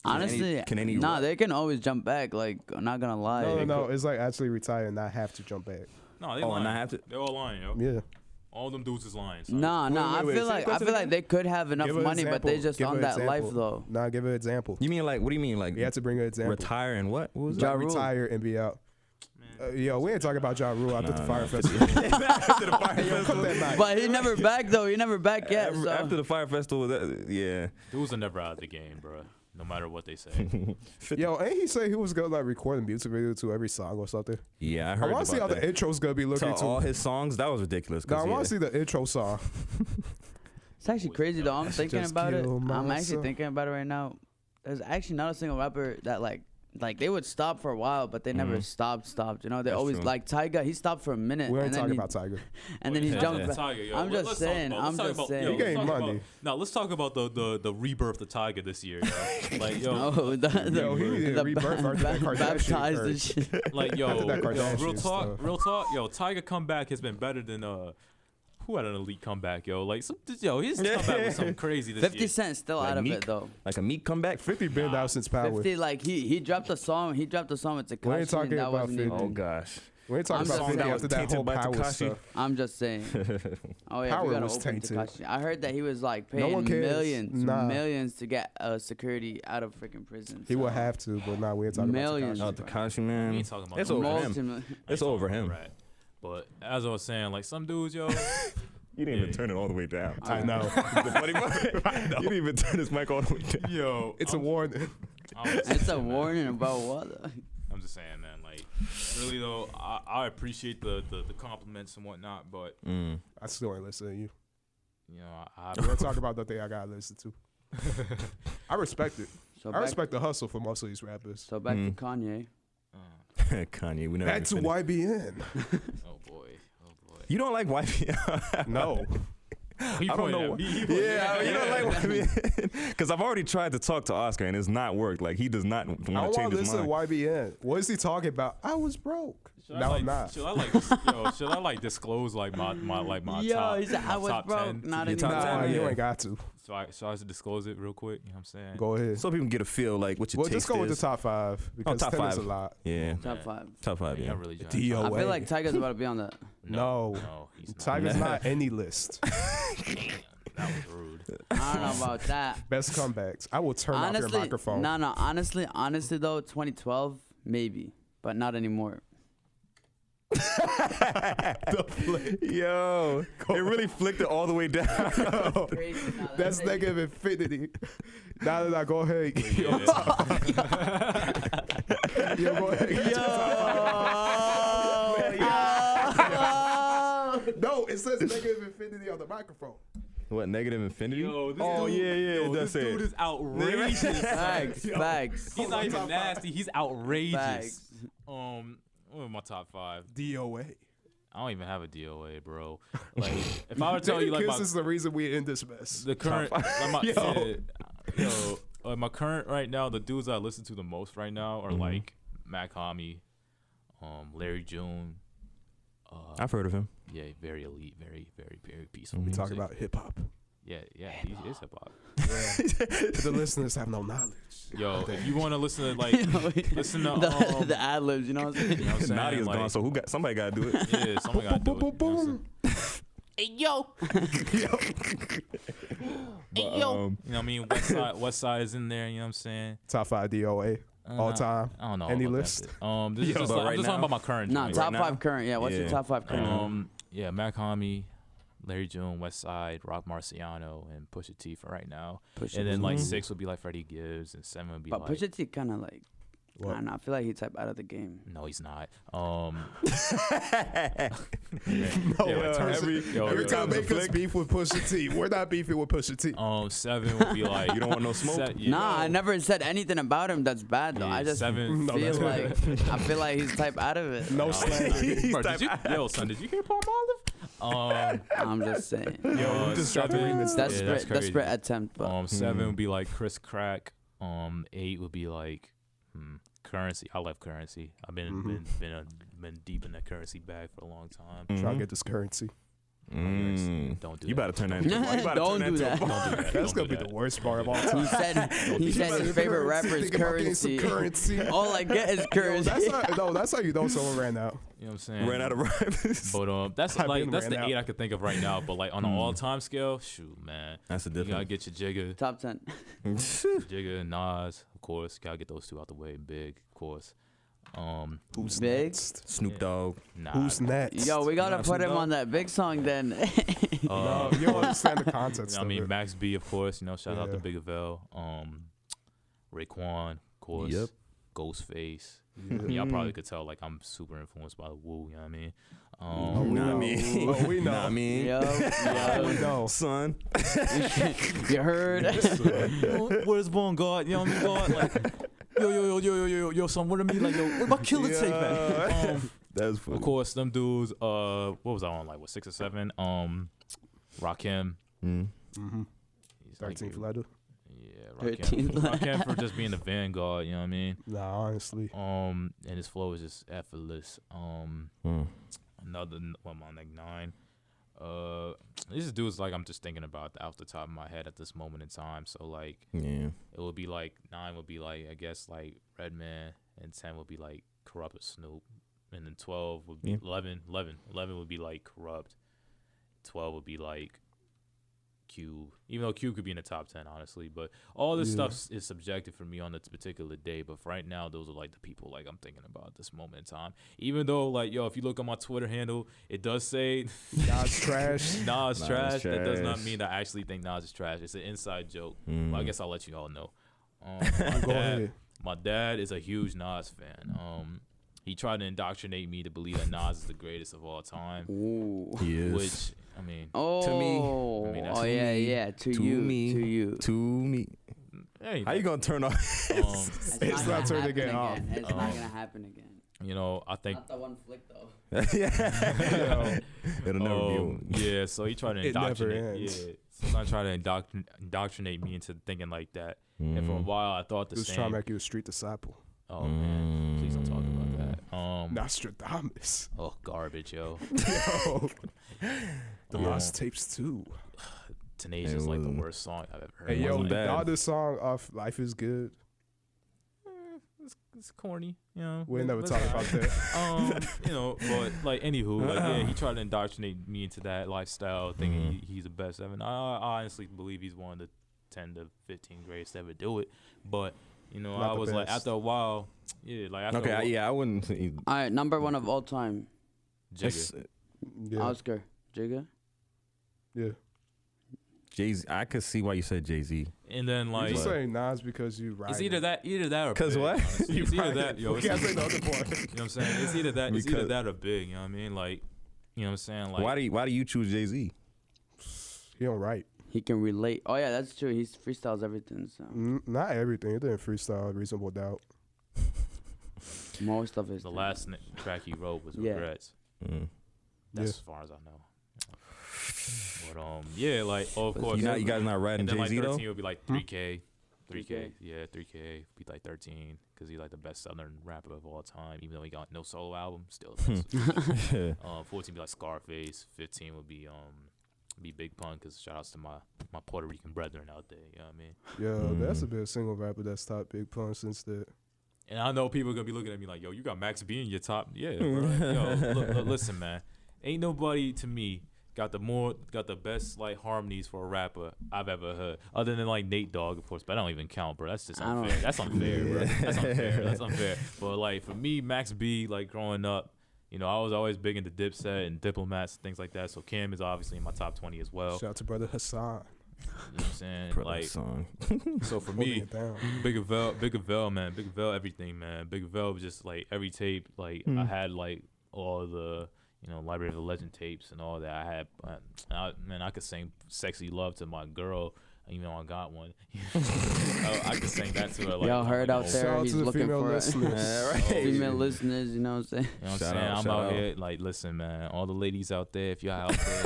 Speaker 5: Honestly,
Speaker 2: can any
Speaker 5: nah,
Speaker 2: rap?
Speaker 5: they can always jump back. Like, I'm not gonna lie.
Speaker 1: No, no, no. It's like actually retire and not have to jump back.
Speaker 3: no, they
Speaker 2: Oh,
Speaker 3: lying.
Speaker 2: and I have to.
Speaker 3: They're all lying, yo.
Speaker 1: Yeah.
Speaker 3: All them dudes is lying. Son.
Speaker 5: Nah, nah.
Speaker 1: wait, wait,
Speaker 5: I feel
Speaker 1: say
Speaker 5: like
Speaker 1: that
Speaker 5: I
Speaker 1: to
Speaker 5: feel
Speaker 1: the
Speaker 5: like they could have enough
Speaker 1: Give an
Speaker 5: money, but they
Speaker 1: example.
Speaker 5: just
Speaker 1: Give
Speaker 5: on
Speaker 1: an
Speaker 5: that life
Speaker 1: example.
Speaker 5: though.
Speaker 1: Nah, give an example.
Speaker 2: You mean like what do you mean like
Speaker 1: You have to bring an example.
Speaker 2: retire and what? What was
Speaker 1: Ja
Speaker 5: Ja Rule.
Speaker 1: retire and be out.
Speaker 3: Man.
Speaker 1: Uh, yo, we ain't talking about Ja Rule after the Fire Festival. Yo, cut that back.
Speaker 5: But he never back though. He never back yet.
Speaker 2: After,
Speaker 5: so.
Speaker 2: after the fire festival, that, yeah.
Speaker 3: Dudes are never out of the game, bro. No matter what they say.
Speaker 1: Yo, ain't he say he was gonna like record a music video to every song or something?
Speaker 2: Yeah, I
Speaker 1: I want
Speaker 2: heard about
Speaker 1: to see how
Speaker 2: that.
Speaker 1: the intro's gonna be looking
Speaker 2: to all
Speaker 1: to.
Speaker 2: his songs, that was ridiculous.
Speaker 1: Nah, I
Speaker 2: 'cause
Speaker 1: want
Speaker 2: he-
Speaker 1: to see the intro song.
Speaker 5: It's actually crazy though. I'm thinking
Speaker 1: just
Speaker 5: about it.
Speaker 1: kill
Speaker 5: I'm
Speaker 1: myself.
Speaker 5: actually thinking about it right now. There's actually not a single rapper that like like they would stop for a while, but they never
Speaker 2: Mhm.
Speaker 5: stopped. Stopped. You know, they
Speaker 2: That's
Speaker 5: always
Speaker 2: true.
Speaker 5: like Tyga. He stopped for a minute,
Speaker 1: Mm. We ain't
Speaker 5: and then
Speaker 1: talking
Speaker 5: he,
Speaker 1: about Tiger.
Speaker 5: and then he
Speaker 2: yeah.
Speaker 5: jumped.
Speaker 2: Yeah.
Speaker 5: back.
Speaker 3: Tiger, yo.
Speaker 5: I'm
Speaker 3: Let-
Speaker 5: just
Speaker 3: let's talk
Speaker 5: saying.
Speaker 3: about- let's
Speaker 5: I'm
Speaker 3: talk
Speaker 5: just
Speaker 3: about-
Speaker 5: saying.
Speaker 3: yo,
Speaker 1: You getting
Speaker 3: let's talk
Speaker 1: money.
Speaker 3: About, now let's talk about the the the rebirth of Tiger this year. yo. like yo,
Speaker 5: No, the, the,
Speaker 1: Yo, he needed
Speaker 5: the
Speaker 1: rebirth after that Kardashian
Speaker 5: baptized and
Speaker 1: curse.
Speaker 5: shit.
Speaker 3: like yo,
Speaker 1: After that
Speaker 3: yo, real
Speaker 1: Kardashian
Speaker 3: talk,
Speaker 1: stuff.
Speaker 3: real talk, yo. Tiger comeback has been better than uh. Who had an elite comeback, yo? Like, some, yo, his comeback was something crazy this
Speaker 5: Fifty
Speaker 3: year.
Speaker 5: Cent still
Speaker 2: Like
Speaker 5: out of
Speaker 2: Meek?
Speaker 5: it though.
Speaker 2: like a meat comeback.
Speaker 1: Fifty been out since Power.
Speaker 5: Fifty, like he he dropped a song. He dropped a song with Tekashi.
Speaker 1: We ain't talking
Speaker 5: and that
Speaker 1: about
Speaker 5: wasn't
Speaker 1: 50.
Speaker 5: even.
Speaker 2: Oh gosh,
Speaker 1: We ain't talking
Speaker 5: I'm
Speaker 1: about
Speaker 5: just
Speaker 1: Fifty
Speaker 5: saying-
Speaker 1: after that
Speaker 2: Tainted
Speaker 1: whole
Speaker 2: by
Speaker 1: Power
Speaker 2: Tekashi.
Speaker 1: stuff.
Speaker 5: I'm just saying. Oh yeah,
Speaker 1: Power
Speaker 5: we gotta
Speaker 1: was
Speaker 5: open
Speaker 1: tainted.
Speaker 5: Tekashi. I heard that he was like
Speaker 1: No
Speaker 5: paying
Speaker 1: one cares.
Speaker 5: millions,
Speaker 1: Nah.
Speaker 5: millions to get uh, security out of freaking prison.
Speaker 1: He will
Speaker 5: so-
Speaker 1: have to, but nah, we ain't talking
Speaker 5: Millions.
Speaker 1: about
Speaker 2: oh
Speaker 1: Tekashi.
Speaker 2: Takashi man.
Speaker 3: We ain't talking about
Speaker 2: it's
Speaker 3: no
Speaker 2: over
Speaker 3: more.
Speaker 2: him.
Speaker 5: Ultimately-
Speaker 3: I ain't
Speaker 2: It's over
Speaker 3: talking about
Speaker 2: him.
Speaker 3: Rat. But as I was saying, like some dudes, yo,
Speaker 2: You didn't even turn it all the way down.
Speaker 1: I know.
Speaker 2: the funny part, you didn't even turn his mic all the way down.
Speaker 3: yo,
Speaker 1: It's a
Speaker 3: I'm-
Speaker 1: warning.
Speaker 3: I'm just
Speaker 5: It's a
Speaker 3: saying, man.
Speaker 5: warning about what? though?
Speaker 3: I'm just saying, man. Like, really though, I, I appreciate the, the the compliments and whatnot, but
Speaker 2: Mm.
Speaker 1: I still ain't listening to you.
Speaker 3: you know, I,
Speaker 1: We'll talk about the thing I gotta listen to. I respect it.
Speaker 5: So
Speaker 1: I
Speaker 5: back,
Speaker 1: respect the hustle for most of these rappers.
Speaker 5: so back
Speaker 2: Mm.
Speaker 5: to Kanye.
Speaker 3: uh,
Speaker 2: Kanye, we never.
Speaker 1: That's
Speaker 2: even finished.
Speaker 1: YBN.
Speaker 3: oh boy, oh boy.
Speaker 2: You don't like YBN.
Speaker 1: No.
Speaker 3: He
Speaker 2: I don't
Speaker 3: pointed
Speaker 2: know
Speaker 3: at
Speaker 2: why-
Speaker 3: me, he pointed
Speaker 2: Yeah,
Speaker 3: at
Speaker 2: I mean, you
Speaker 3: me.
Speaker 2: don't like YBN. Because I've already tried to talk to Oscar and it's not worked. Like he does not
Speaker 1: I
Speaker 2: want to
Speaker 1: want
Speaker 2: change
Speaker 1: to
Speaker 2: his
Speaker 1: listen to
Speaker 2: mind.
Speaker 1: YBN. What is he talking about? I was broke.
Speaker 3: Should I
Speaker 1: no,
Speaker 3: like,
Speaker 1: I'm not.
Speaker 3: Should I like, yo, should I like disclose like my my like my
Speaker 5: Yo,
Speaker 3: top?
Speaker 5: he said,
Speaker 3: my
Speaker 5: "I was
Speaker 3: top 10?
Speaker 5: broke, not
Speaker 2: Your
Speaker 5: anymore."
Speaker 2: top
Speaker 1: Nah,
Speaker 2: ten,
Speaker 1: you
Speaker 2: yeah.
Speaker 1: ain't got to.
Speaker 3: So I so I should disclose it real quick. You know what I'm saying?
Speaker 1: Go ahead.
Speaker 2: So people can get a feel like what your
Speaker 1: well,
Speaker 2: taste
Speaker 1: just go with the
Speaker 2: is.
Speaker 1: top five because
Speaker 2: Oh, top
Speaker 1: 10 is a
Speaker 2: five.
Speaker 1: lot.
Speaker 2: Yeah,
Speaker 5: Top
Speaker 3: Yeah.
Speaker 5: five.
Speaker 2: top
Speaker 3: I
Speaker 2: five.
Speaker 3: mean,
Speaker 2: Yeah.
Speaker 3: I'm really trying.
Speaker 1: D.O.
Speaker 5: I
Speaker 1: Wait.
Speaker 5: feel like Tiger's about to be on that.
Speaker 1: No.
Speaker 3: No, no, he's not.
Speaker 1: Tiger's not any list.
Speaker 3: That was rude.
Speaker 5: I don't know about that.
Speaker 1: Best comebacks. I will turn off your
Speaker 5: honestly,
Speaker 1: microphone.
Speaker 5: no, no. Honestly, honestly though, 2012 maybe, but not anymore.
Speaker 2: Yo, it really flicked it all the way down.
Speaker 5: Crazy, nah,
Speaker 1: That's
Speaker 5: crazy.
Speaker 1: negative infinity. Now that I go ahead,
Speaker 3: Yeah.
Speaker 1: yo, go ahead.
Speaker 5: Yo, yo.
Speaker 1: No, it says negative infinity on the microphone.
Speaker 2: what negative infinity?
Speaker 3: Yo, this
Speaker 2: oh
Speaker 3: dude-
Speaker 2: yeah, yeah,
Speaker 3: yo,
Speaker 2: it does
Speaker 3: this
Speaker 2: say
Speaker 3: dude
Speaker 2: it.
Speaker 3: is outrageous.
Speaker 5: Facts, facts,
Speaker 3: He's not even nasty. He's outrageous.
Speaker 5: facts.
Speaker 3: Um, what was my top five?
Speaker 1: DOA.
Speaker 3: I don't even have a DOA, bro. Like, if I were to
Speaker 1: Tell
Speaker 3: tell you like my
Speaker 1: is the reason we in this mess.
Speaker 3: the current, like my,
Speaker 1: Yo.
Speaker 3: yeah, yo, uh, my current right now, the dudes I listen to the most right now
Speaker 1: Mm-hmm.
Speaker 3: are like Mac Hami, um, Larry June. Uh,
Speaker 2: I've heard of him.
Speaker 3: yeah, very elite, very, very, very peaceful.
Speaker 2: Mhm.
Speaker 1: Mm-hmm. We
Speaker 3: music.
Speaker 1: talk about hip hop.
Speaker 3: yeah, yeah, he is hip hop.
Speaker 1: the listeners have no knowledge.
Speaker 3: Yo, if you want to listen to like, listen to
Speaker 5: the,
Speaker 3: um,
Speaker 5: the ad libs, you know what I'm
Speaker 3: you know
Speaker 5: saying?
Speaker 3: what I'm saying?
Speaker 2: Nadia's
Speaker 3: like,
Speaker 2: gone, so who got somebody got to do it.
Speaker 3: yeah, something I do. it, you know what I'm saying?
Speaker 2: But, um,
Speaker 3: You know what I mean? West Side, West Side is in there. You know what I'm saying?
Speaker 1: Top five DOA
Speaker 3: Uh,
Speaker 1: all time.
Speaker 3: I don't know.
Speaker 1: Any
Speaker 3: about
Speaker 1: list?
Speaker 3: That. Um, this is
Speaker 2: Yeah,
Speaker 3: just
Speaker 2: but
Speaker 3: like,
Speaker 2: right
Speaker 3: I'm just
Speaker 2: now-
Speaker 3: talking about my current. Um,
Speaker 5: Nah,
Speaker 3: joint.
Speaker 5: top
Speaker 2: now?
Speaker 5: five current. Yeah, what's
Speaker 2: Yeah.
Speaker 5: your top five current?
Speaker 3: Um, yeah, Mac Hami, Larry June, West Side, Rock Marciano, and Pusha T for right now.
Speaker 5: Push
Speaker 3: And then like
Speaker 2: Mhm.
Speaker 3: six would be like Freddie Gibbs, and seven would be
Speaker 5: Mm-hmm. But
Speaker 3: like.
Speaker 5: Pusha T kind of like, I
Speaker 1: What?
Speaker 5: don't know. I feel like he type out of the game.
Speaker 3: no, he's not. Um,
Speaker 1: No, yeah,
Speaker 3: yeah, in terms
Speaker 1: every,
Speaker 3: of- yo,
Speaker 1: every
Speaker 3: yo,
Speaker 1: time
Speaker 3: yo.
Speaker 1: they could beef with Pusha T, we're not beefing with Pusha T.
Speaker 3: um, seven would be like.
Speaker 2: You don't want no smoke?
Speaker 3: Se- yeah.
Speaker 5: Nah, I never said anything about him that's bad though.
Speaker 3: Yeah,
Speaker 5: I just
Speaker 3: seven.
Speaker 1: No,
Speaker 5: feel
Speaker 1: that's-
Speaker 5: like I feel like he's type out of it.
Speaker 1: Um, No
Speaker 3: No, he's
Speaker 1: slander.
Speaker 3: not. Bro, did you, yo, son, did you hear Paul Olive?
Speaker 5: I'm just saying.
Speaker 3: Um, yo,
Speaker 1: just dropped
Speaker 3: seven.
Speaker 1: remixes.
Speaker 3: yeah,
Speaker 5: Desperate,
Speaker 3: that's crazy.
Speaker 5: desperate attempt, but
Speaker 3: Um, seven
Speaker 2: Hmm.
Speaker 3: would be like Chris Crack. Um, eight would be like hmm, currency. I love currency. I've been
Speaker 2: Mm-hmm.
Speaker 1: Mhm.
Speaker 3: been been, a, been deep in that currency bag for a long time.
Speaker 1: Try to
Speaker 2: Mhm.
Speaker 1: get this currency.
Speaker 2: Mm.
Speaker 3: Don't do
Speaker 2: You
Speaker 3: that.
Speaker 2: better turn that into a bar. You better
Speaker 5: Don't
Speaker 2: turn
Speaker 5: do
Speaker 2: that into a
Speaker 5: that.
Speaker 2: bar.
Speaker 3: Don't do
Speaker 1: That's
Speaker 3: that. Don't
Speaker 1: gonna
Speaker 3: do
Speaker 1: be
Speaker 3: that.
Speaker 1: the worst bar of all
Speaker 5: he
Speaker 1: time.
Speaker 3: Um,
Speaker 5: said he said his favorite rapper is
Speaker 1: Think about getting some
Speaker 5: currency.
Speaker 1: currency.
Speaker 5: All I get is
Speaker 1: Yo,
Speaker 5: currency.
Speaker 1: that's how, no, that's how you know someone ran out.
Speaker 3: You know what I'm saying?
Speaker 2: Ran out of rhymes.
Speaker 3: But um, that's
Speaker 1: I've
Speaker 3: like
Speaker 1: been
Speaker 3: that's
Speaker 1: ran
Speaker 3: the
Speaker 1: out.
Speaker 3: eight I could think of right now. But like on an
Speaker 2: Hmm.
Speaker 3: all time scale, shoot, man,
Speaker 2: That's a
Speaker 3: you gotta
Speaker 2: different.
Speaker 3: get your jigger,
Speaker 5: Top ten.
Speaker 3: jigger, Nas, of course. Gotta get those two out the way. Big, of course. Um,
Speaker 1: Who's
Speaker 5: Big?
Speaker 1: next?
Speaker 2: Snoop Dogg.
Speaker 3: nah.
Speaker 1: Who's next?
Speaker 5: Yo, we gotta
Speaker 2: Nah,
Speaker 5: put
Speaker 2: Snoop
Speaker 5: him
Speaker 2: Dogg.
Speaker 5: on that big song then.
Speaker 3: uh,
Speaker 1: no, you don't understand the context.
Speaker 3: I
Speaker 1: of
Speaker 3: mean,
Speaker 1: it.
Speaker 3: Max B, of course. You know, shout out to
Speaker 1: Yeah.
Speaker 3: Big Avell, um, Raekwon, of course.
Speaker 2: Yep.
Speaker 3: Ghostface.
Speaker 1: Yeah.
Speaker 3: Y'all
Speaker 5: Mm.
Speaker 3: probably could tell like I'm super influenced by the Woo. You know what I mean?
Speaker 1: Oh,
Speaker 3: Um,
Speaker 1: we
Speaker 2: Nah,
Speaker 1: know.
Speaker 2: me.
Speaker 1: Oh, we
Speaker 2: Nah,
Speaker 1: know.
Speaker 2: me.
Speaker 5: yo, yo,
Speaker 1: We know.
Speaker 2: Son.
Speaker 5: you heard?
Speaker 3: what is born God? You know what I mean? God, like, yo, yo, yo, yo, yo, yo, yo, son. What I mean? Like, yo, what about Killer Take back? Um,
Speaker 2: That's funny.
Speaker 3: of course, them dudes. Uh, what was I on? Like, what six or seven? Um, Rakim.
Speaker 2: Mm.
Speaker 1: Mhm.
Speaker 3: He's like-
Speaker 1: 13th letter.
Speaker 3: Yeah, Rakim.
Speaker 5: Thirteenth letter.
Speaker 3: Rakim for just being the vanguard. You know what I mean?
Speaker 1: Nah, honestly.
Speaker 3: Um, and his flow is just effortless. Um,
Speaker 2: Mm.
Speaker 3: another n- what am I on, like nine? Uh, these dudes like I'm just thinking about off the top of my head at this moment in time. So like,
Speaker 2: Yeah.
Speaker 3: it would be like nine would be like I guess like Redman, and ten would be like corrupt or Snoop, and then twelve would be
Speaker 2: Yeah.
Speaker 3: 11, 11, 11 would be like corrupt. Twelve would be like Cube, even though Cube could be in the top ten honestly, but all this
Speaker 1: Yeah.
Speaker 3: stuff s- is subjective for me on this particular day. But for right now, those are like the people like I'm thinking about at this moment in time. Even though like yo, if you look at my Twitter handle, it does say
Speaker 1: God's trash.
Speaker 3: Nas
Speaker 2: Nas
Speaker 3: trash. That does not
Speaker 2: trash.
Speaker 3: mean that I actually think Nas is trash. It's an inside joke.
Speaker 2: Mm.
Speaker 3: Well, I guess I'll let you all know. Um, my,
Speaker 1: Go
Speaker 3: dad,
Speaker 1: ahead.
Speaker 3: my dad is a huge Nas fan. Um, he tried to indoctrinate me to believe that Nas is the greatest of all time,
Speaker 5: Ooh.
Speaker 2: He is.
Speaker 3: which I mean,
Speaker 5: Oh.
Speaker 3: I mean, that's
Speaker 5: oh
Speaker 3: to
Speaker 5: yeah,
Speaker 2: me.
Speaker 5: yeah. To,
Speaker 2: To
Speaker 5: you.
Speaker 2: me.
Speaker 5: To you.
Speaker 2: to me.
Speaker 3: hey,
Speaker 2: How you gonna turn off?
Speaker 3: um,
Speaker 1: It's not
Speaker 5: gonna
Speaker 1: turning
Speaker 5: happen
Speaker 1: it
Speaker 5: again. It's
Speaker 3: Um,
Speaker 5: not gonna happen again.
Speaker 3: you know, I think.
Speaker 5: Not the one flick though.
Speaker 2: yeah. It'll never be
Speaker 3: Um,
Speaker 2: over.
Speaker 3: yeah, so he tried to
Speaker 1: It never
Speaker 3: indoctrinate.
Speaker 1: ends.
Speaker 3: Yeah, so I tried to indoctrin- indoctrinate me into thinking like that, and for a
Speaker 2: Mm.
Speaker 3: while I thought the
Speaker 1: Who's
Speaker 3: same.
Speaker 1: trying to make you a street disciple?
Speaker 3: oh man, please don't talk about that. Um,
Speaker 1: Nostradamus.
Speaker 3: oh garbage, yo.
Speaker 1: Yo. The
Speaker 3: Um,
Speaker 1: Lost Tapes too.
Speaker 3: Tenacious
Speaker 2: It
Speaker 3: is like the
Speaker 2: wasn't-
Speaker 3: worst song I've ever heard.
Speaker 1: Hey
Speaker 3: in my
Speaker 1: yo,
Speaker 3: life.
Speaker 2: wasn't bad.
Speaker 1: the other song off Life is Good.
Speaker 3: it's, it's corny, you know.
Speaker 1: We'll never
Speaker 3: Let's
Speaker 1: talk
Speaker 3: not-
Speaker 1: about that.
Speaker 3: Um, you know, but like, anywho, like, yeah, he tried to indoctrinate me into that lifestyle, thinking
Speaker 2: Mhm.
Speaker 1: Mm-hmm.
Speaker 3: he, he's the best ever. And I, I honestly believe he's one of the ten to fifteen greatest to ever do it. But you know,
Speaker 1: Not
Speaker 3: I
Speaker 1: the
Speaker 3: was like,
Speaker 1: best.
Speaker 3: after a while, yeah, like after
Speaker 2: Okay.
Speaker 3: a
Speaker 2: I,
Speaker 3: while,
Speaker 2: yeah, I wouldn't. Say
Speaker 5: All right, number one of all time.
Speaker 3: Jigga.
Speaker 1: Yeah.
Speaker 5: Oscar. Jigga.
Speaker 1: yeah.
Speaker 2: Jay Z. I could see why you said Jay Z.
Speaker 3: and then
Speaker 1: You
Speaker 3: like,
Speaker 1: just
Speaker 2: But-
Speaker 1: saying Nas because you right.
Speaker 3: it's either that, either that, or
Speaker 2: 'Cause
Speaker 3: big,
Speaker 2: what?
Speaker 3: honestly.
Speaker 1: You
Speaker 3: Uh, It's either
Speaker 1: right.
Speaker 3: that, yo.
Speaker 1: We
Speaker 3: It's
Speaker 1: can't say
Speaker 3: either,
Speaker 1: the other part.
Speaker 3: you know what I'm saying? It's either that, it's either
Speaker 2: Because-
Speaker 3: that or big. You know what I mean? Like, you know what I'm saying? Like,
Speaker 2: why do you, Why do you choose Jay Z?
Speaker 1: He don't write.
Speaker 5: He can relate. Oh yeah, that's true. He freestyles everything. So
Speaker 1: N- Not everything. It didn't freestyle. Reasonable doubt.
Speaker 5: most of his.
Speaker 3: the
Speaker 5: thing.
Speaker 3: last n- track he wrote was
Speaker 5: Yeah.
Speaker 3: regrets.
Speaker 2: Mm.
Speaker 1: Yeah.
Speaker 3: That's as far as I know. But um, yeah, like oh, of course.
Speaker 2: You, not, you guys not
Speaker 3: and
Speaker 2: riding
Speaker 3: then
Speaker 2: Jay
Speaker 3: like
Speaker 2: Z though.
Speaker 3: thirteen would be like three K, three K,
Speaker 5: 3K.
Speaker 3: yeah, three K. Be like thirteen because he's like the best Southern rapper of all time, even though he got no solo album. Still, the best. um, fourteen be like Scarface. Fifteen would be um, be Big Pun because shout outs to my my Puerto Rican brethren out there. You know what I mean?
Speaker 1: Yeah, that's a
Speaker 2: Mm.
Speaker 1: bit single rapper that's top big pun since the
Speaker 3: And I know people are gonna be looking at me like, yo, you got Max B in your top. Yeah, bro. yo, look, look, listen, man. Ain't nobody to me got the more got the best like harmonies for a rapper I've ever heard. Other than like Nate Dogg, of course, but I don't even count, bro. That's just
Speaker 5: I don't-
Speaker 3: unfair. That's unfair, bro. That's unfair. That's unfair. But like for me, Max B, like growing up, You know, I was always big into Dipset and diplomats, things like that. So Kim is obviously in my top twenty as well.
Speaker 1: Shout out to brother Hassan.
Speaker 3: You know what I'm saying?
Speaker 2: Product
Speaker 3: like,
Speaker 2: song.
Speaker 3: so for
Speaker 1: holding
Speaker 3: me,
Speaker 1: it down.
Speaker 3: Big Vel, Big Vel, man, Big Vel, everything, man. Big Vel was just like every tape, like I
Speaker 2: Mm.
Speaker 3: had like all the you know Library of the Legend tapes and all that. I had, uh, I, man, I could sing "Sexy Love" to my girl. Even though I got one, I, I could sing that to her. Like,
Speaker 5: Y'all heard out
Speaker 3: you know,
Speaker 5: there,
Speaker 1: Shout out
Speaker 5: he's
Speaker 1: to the
Speaker 5: looking
Speaker 1: female
Speaker 5: for a-
Speaker 1: listeners.
Speaker 2: Yeah, right.
Speaker 5: Female listeners, you know what I'm saying?
Speaker 3: You know what I'm
Speaker 2: Shout
Speaker 3: saying?
Speaker 2: out,
Speaker 3: I'm
Speaker 2: shout
Speaker 3: out,
Speaker 2: out.
Speaker 3: here, like, listen, man, all the ladies out there, if y'all out there,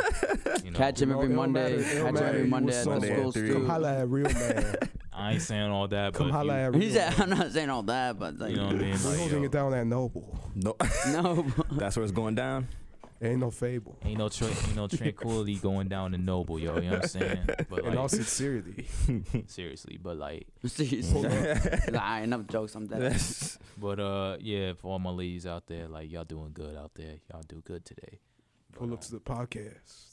Speaker 3: you know,
Speaker 5: Catch him
Speaker 1: No,
Speaker 5: every
Speaker 1: it don't
Speaker 5: Monday.
Speaker 1: matter, it don't
Speaker 5: Catch him
Speaker 1: matter.
Speaker 5: every
Speaker 1: You
Speaker 5: Monday
Speaker 1: was
Speaker 5: at
Speaker 1: so
Speaker 5: the
Speaker 2: bad.
Speaker 5: school
Speaker 2: Three.
Speaker 1: Come
Speaker 5: stew.
Speaker 1: holla at real man.
Speaker 3: I ain't saying all that,
Speaker 1: Come
Speaker 3: but
Speaker 1: holla
Speaker 3: if
Speaker 1: at real
Speaker 5: He said,
Speaker 1: man.
Speaker 5: I'm not saying all that, but
Speaker 3: you,
Speaker 5: like,
Speaker 3: you know what I mean?
Speaker 1: We're
Speaker 3: Like,
Speaker 1: holding
Speaker 3: yo,
Speaker 1: it down at Noble.
Speaker 2: No,
Speaker 5: no.
Speaker 2: that's where it's going down.
Speaker 1: Ain't no fable.
Speaker 3: Ain't no, tra- ain't no tranquility going down in Noble, yo. You know what I'm saying? But
Speaker 1: In all
Speaker 3: like,
Speaker 1: sincerity,
Speaker 3: seriously, but like,
Speaker 5: Seriously. Nah, enough jokes. I'm dead.
Speaker 2: That's-
Speaker 3: but uh, yeah, for all my ladies out there, like, y'all doing good out there. Y'all do good today. But,
Speaker 1: pull up
Speaker 3: uh,
Speaker 1: to the podcast.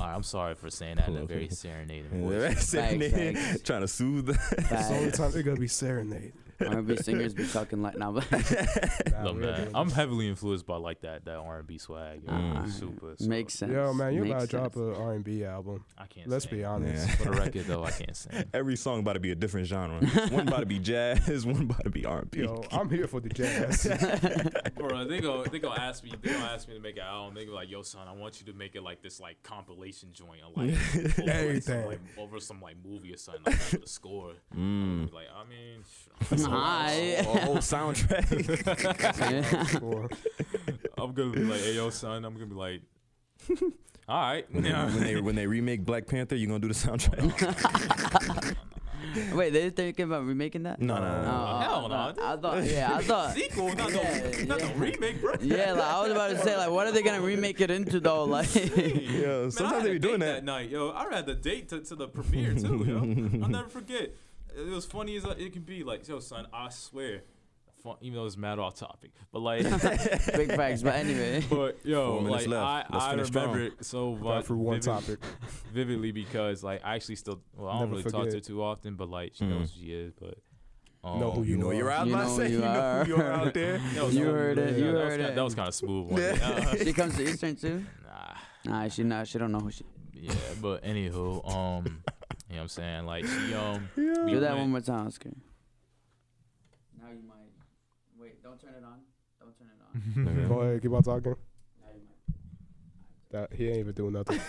Speaker 3: all right, I'm sorry for saying that in
Speaker 2: Pull
Speaker 3: a
Speaker 2: up.
Speaker 3: very serenading voice.
Speaker 2: That's sitting
Speaker 5: Facts,
Speaker 2: there
Speaker 5: facts.
Speaker 2: trying to soothe. the-
Speaker 1: It's the only
Speaker 5: Facts.
Speaker 1: time they're gonna be serenaded.
Speaker 5: R&B singers be talking like, nah, but
Speaker 1: Nah,
Speaker 3: Look,
Speaker 1: we ain't
Speaker 3: man,
Speaker 1: doing
Speaker 3: I'm
Speaker 1: this.
Speaker 3: heavily influenced by like that that R&B swag. yo.
Speaker 2: Mm.
Speaker 3: Super, super.
Speaker 5: makes sense.
Speaker 1: Yo, man, you're
Speaker 5: Makes
Speaker 1: about to drop
Speaker 5: sense.
Speaker 1: an R&B album.
Speaker 3: I can't.
Speaker 1: Let's
Speaker 3: sing.
Speaker 1: be honest.
Speaker 3: For the record, though, I can't sing.
Speaker 2: Every song about to be a different genre. one about to be jazz. One about to be R&B.
Speaker 1: Yo, I'm here for the jazz.
Speaker 3: Bro, they go, they go ask me, they gonna ask me to make an album. They go like, "Yo, son, I want you to make it like this, like compilation joint, or, like over, like, some,
Speaker 1: Everything.
Speaker 3: like over some like movie or something, like over the score."
Speaker 2: Mm.
Speaker 3: Like, I mean,
Speaker 5: Hi.
Speaker 2: Or whole soundtrack.
Speaker 1: Or-
Speaker 3: I'm gonna be like, "Hey, yo, son," I'm gonna be like, "All right."
Speaker 2: when, they, when they when they remake Black Panther, you gonna do the soundtrack?
Speaker 5: Wait, they're thinking about remaking that?
Speaker 2: no, no, no. no.
Speaker 5: Oh,
Speaker 3: Hell no.
Speaker 5: I thought, yeah, I thought.
Speaker 3: Uh, Sequel, not no,
Speaker 5: Yeah,
Speaker 3: not
Speaker 5: yeah.
Speaker 3: no remake, bro.
Speaker 5: Yeah, like I was about to say, like, what are they gonna remake it into though? Like,
Speaker 2: Yo,
Speaker 3: Man, I
Speaker 2: sometimes
Speaker 3: had
Speaker 2: they
Speaker 3: a
Speaker 2: be doing
Speaker 3: date
Speaker 2: that.
Speaker 3: night, yo. I had the date to, to the premiere too, yo. I'll never forget. It was funny as uh, it can be. Like, yo, son, I swear. Fun, even though it's mad off topic, but like,
Speaker 5: big facts. But anyway,
Speaker 3: but yo,
Speaker 2: Four minutes
Speaker 3: like
Speaker 2: left.
Speaker 3: I,
Speaker 2: Let's
Speaker 3: I
Speaker 2: finish strong.
Speaker 3: remember it so
Speaker 1: But
Speaker 3: much
Speaker 1: for one
Speaker 3: vivid-
Speaker 1: topic,
Speaker 3: vividly because like I actually still well, I don't
Speaker 1: Never
Speaker 3: really talk to her
Speaker 1: forget.
Speaker 3: too often, but like she
Speaker 2: Mhm.
Speaker 3: knows who she is, but um,
Speaker 1: know who
Speaker 2: Oh, You
Speaker 1: you,
Speaker 2: know
Speaker 1: are.
Speaker 2: you're out.
Speaker 5: You
Speaker 2: You
Speaker 5: know
Speaker 2: know, say,
Speaker 5: you
Speaker 2: you know who
Speaker 5: are.
Speaker 2: you're out there.
Speaker 3: that was
Speaker 5: You
Speaker 3: kinda-
Speaker 5: heard it,
Speaker 3: yeah,
Speaker 5: you
Speaker 3: that was
Speaker 5: heard
Speaker 3: kinda-
Speaker 5: it.
Speaker 3: That was kind of smooth. One day. Uh,
Speaker 5: she comes to Eastern too.
Speaker 3: nah,
Speaker 5: Nah, she not. She don't know who she.
Speaker 3: yeah, but anywho, um, you know what I'm saying? Like she um, we
Speaker 5: Do that
Speaker 3: went-
Speaker 5: one more time, Oscar. Now you might. Wait, don't turn it on. Don't turn it on.
Speaker 1: Go ahead, keep on talking.
Speaker 5: now you might.
Speaker 1: That, he ain't even doing nothing.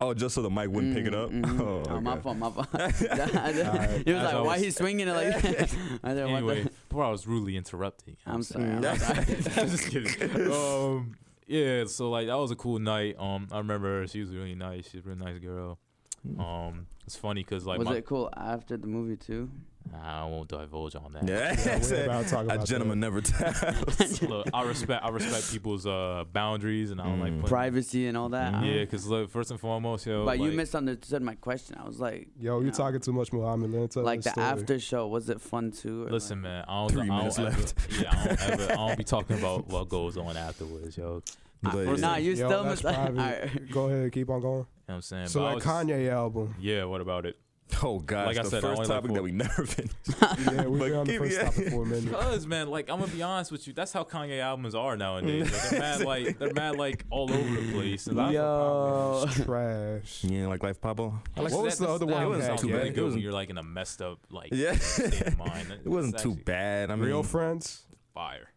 Speaker 2: Oh, just so the mic wouldn't pick it up.
Speaker 5: Mm, mhm.
Speaker 2: Oh,
Speaker 5: Oh, my
Speaker 2: okay.
Speaker 5: fault, my fault. he was
Speaker 3: As
Speaker 5: like, why
Speaker 3: always.
Speaker 5: he swinging it like that? I said, what the-
Speaker 3: Anyway, before I was rudely interrupting.
Speaker 5: I'm sorry. I'm sorry.
Speaker 3: I'm just kidding. Um, yeah, so like that was a cool night. Um, I remember her. she was really nice. She's a really nice girl. Um, it's funny because like
Speaker 5: was
Speaker 3: my,
Speaker 5: it cool after the movie too?
Speaker 3: I won't divulge on that.
Speaker 2: Yeah,
Speaker 1: Yeah, we
Speaker 2: said,
Speaker 1: about to talk
Speaker 2: a
Speaker 1: about
Speaker 2: gentleman never tells.
Speaker 3: Look, I respect I respect people's uh boundaries and I don't like
Speaker 2: Mm.
Speaker 3: putting-
Speaker 5: Privacy and all that. I
Speaker 3: Yeah,
Speaker 5: don't-
Speaker 3: because look, first and foremost, yo,
Speaker 5: But you
Speaker 3: like,
Speaker 5: misunderstood my question. I was like,
Speaker 1: Yo, you
Speaker 5: No.
Speaker 1: talking too much, Muhammad. Let him tell
Speaker 5: like
Speaker 1: his
Speaker 5: the
Speaker 1: story.
Speaker 5: after show, was it fun too? or
Speaker 3: Listen,
Speaker 5: like-
Speaker 3: man, I don't.
Speaker 2: Three
Speaker 3: I
Speaker 2: minutes
Speaker 3: don't ever,
Speaker 2: left.
Speaker 3: Yeah, I don't ever. I don't be talking about what goes on afterwards, yo.
Speaker 2: But,
Speaker 5: I, nah, you
Speaker 1: Yo,
Speaker 5: still
Speaker 1: that's
Speaker 5: mis-
Speaker 1: private.
Speaker 5: Alright.
Speaker 1: Go ahead, keep on going.
Speaker 3: You know what I'm saying.
Speaker 1: So
Speaker 3: But I
Speaker 1: that
Speaker 3: was-
Speaker 1: Kanye album.
Speaker 3: Yeah, what about it?
Speaker 2: oh gosh,
Speaker 3: Like I
Speaker 2: the
Speaker 3: said, I
Speaker 2: first
Speaker 3: only like
Speaker 2: topic
Speaker 3: four-
Speaker 2: that we never finished.
Speaker 1: Yeah, we've
Speaker 2: But
Speaker 1: been on the
Speaker 2: keep-
Speaker 1: first
Speaker 2: yeah.
Speaker 1: topic for a minute.
Speaker 3: Cause man, like I'm gonna be honest with you, that's how Kanye albums are nowadays. Like, they're mad like they're mad like all over the place. And I-
Speaker 5: Yo.
Speaker 1: Trash.
Speaker 2: Yeah, like Life Pablo.
Speaker 3: I like
Speaker 1: What
Speaker 3: that-
Speaker 1: was the
Speaker 3: that's-
Speaker 1: other
Speaker 3: that
Speaker 1: one we
Speaker 3: wasn't
Speaker 1: had,
Speaker 3: too
Speaker 1: yeah?
Speaker 3: really
Speaker 1: It
Speaker 3: good when
Speaker 2: wasn't-
Speaker 3: you're like in a messed up like
Speaker 2: Yeah,
Speaker 3: state
Speaker 2: it
Speaker 3: of mind. It's
Speaker 2: wasn't too
Speaker 3: actually
Speaker 2: bad. I mean,
Speaker 1: Real friends.
Speaker 3: Fire.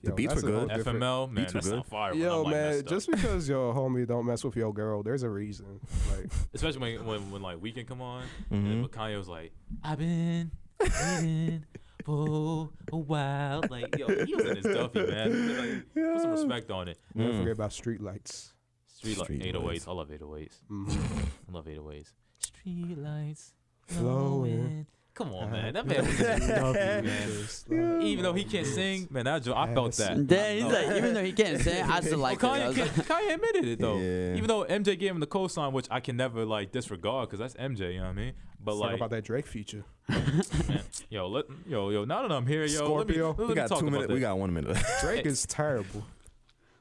Speaker 2: The
Speaker 1: Yo,
Speaker 2: beats
Speaker 1: that's
Speaker 2: were
Speaker 1: a whole
Speaker 2: good.
Speaker 1: different-
Speaker 3: FML man,
Speaker 2: Beats were
Speaker 3: that's not
Speaker 2: good.
Speaker 3: fire. when
Speaker 1: Yo,
Speaker 3: I'm, like,
Speaker 1: man,
Speaker 3: messed up.
Speaker 1: just because your homie don't mess with your girl, there's a reason. Like,
Speaker 3: especially when, when when like Weekend come on,
Speaker 2: Mhm.
Speaker 3: and
Speaker 1: Mm-hmm.
Speaker 3: but Kanye was like, I've been waiting for a while. Like yo, he was in his Duffy man. Like, put
Speaker 1: Uh,
Speaker 3: some respect on it.
Speaker 1: don't
Speaker 2: Mm.
Speaker 1: forget about streetlights.
Speaker 3: Street,
Speaker 2: Street
Speaker 3: like 808s.
Speaker 2: lights.
Speaker 3: I love 808s.
Speaker 1: Mhm.
Speaker 3: I love 808s. Street lights
Speaker 1: Flowing.
Speaker 3: Come on, man. That man was just lovely, man.
Speaker 1: Just like-
Speaker 3: Even though he can't sing, man, that jo- I felt that.
Speaker 5: Then he's like, even though he can't say, I
Speaker 3: Well,
Speaker 5: still like it. I
Speaker 3: Kanye,
Speaker 5: was
Speaker 3: can- Kanye admitted it though.
Speaker 2: Yeah.
Speaker 3: Even though MJ gave him the cosign, which I can never like disregard because that's MJ. You know what I mean? But
Speaker 1: Let's talk
Speaker 3: like,
Speaker 1: about that Drake feature.
Speaker 3: man, yo, let, yo, yo. Now that I'm here, yo,
Speaker 1: Scorpio.
Speaker 3: let me, let
Speaker 2: we
Speaker 3: me
Speaker 2: got
Speaker 3: talk
Speaker 2: two
Speaker 3: about
Speaker 2: minutes.
Speaker 3: that.
Speaker 2: We got one minute.
Speaker 1: Drake is terrible.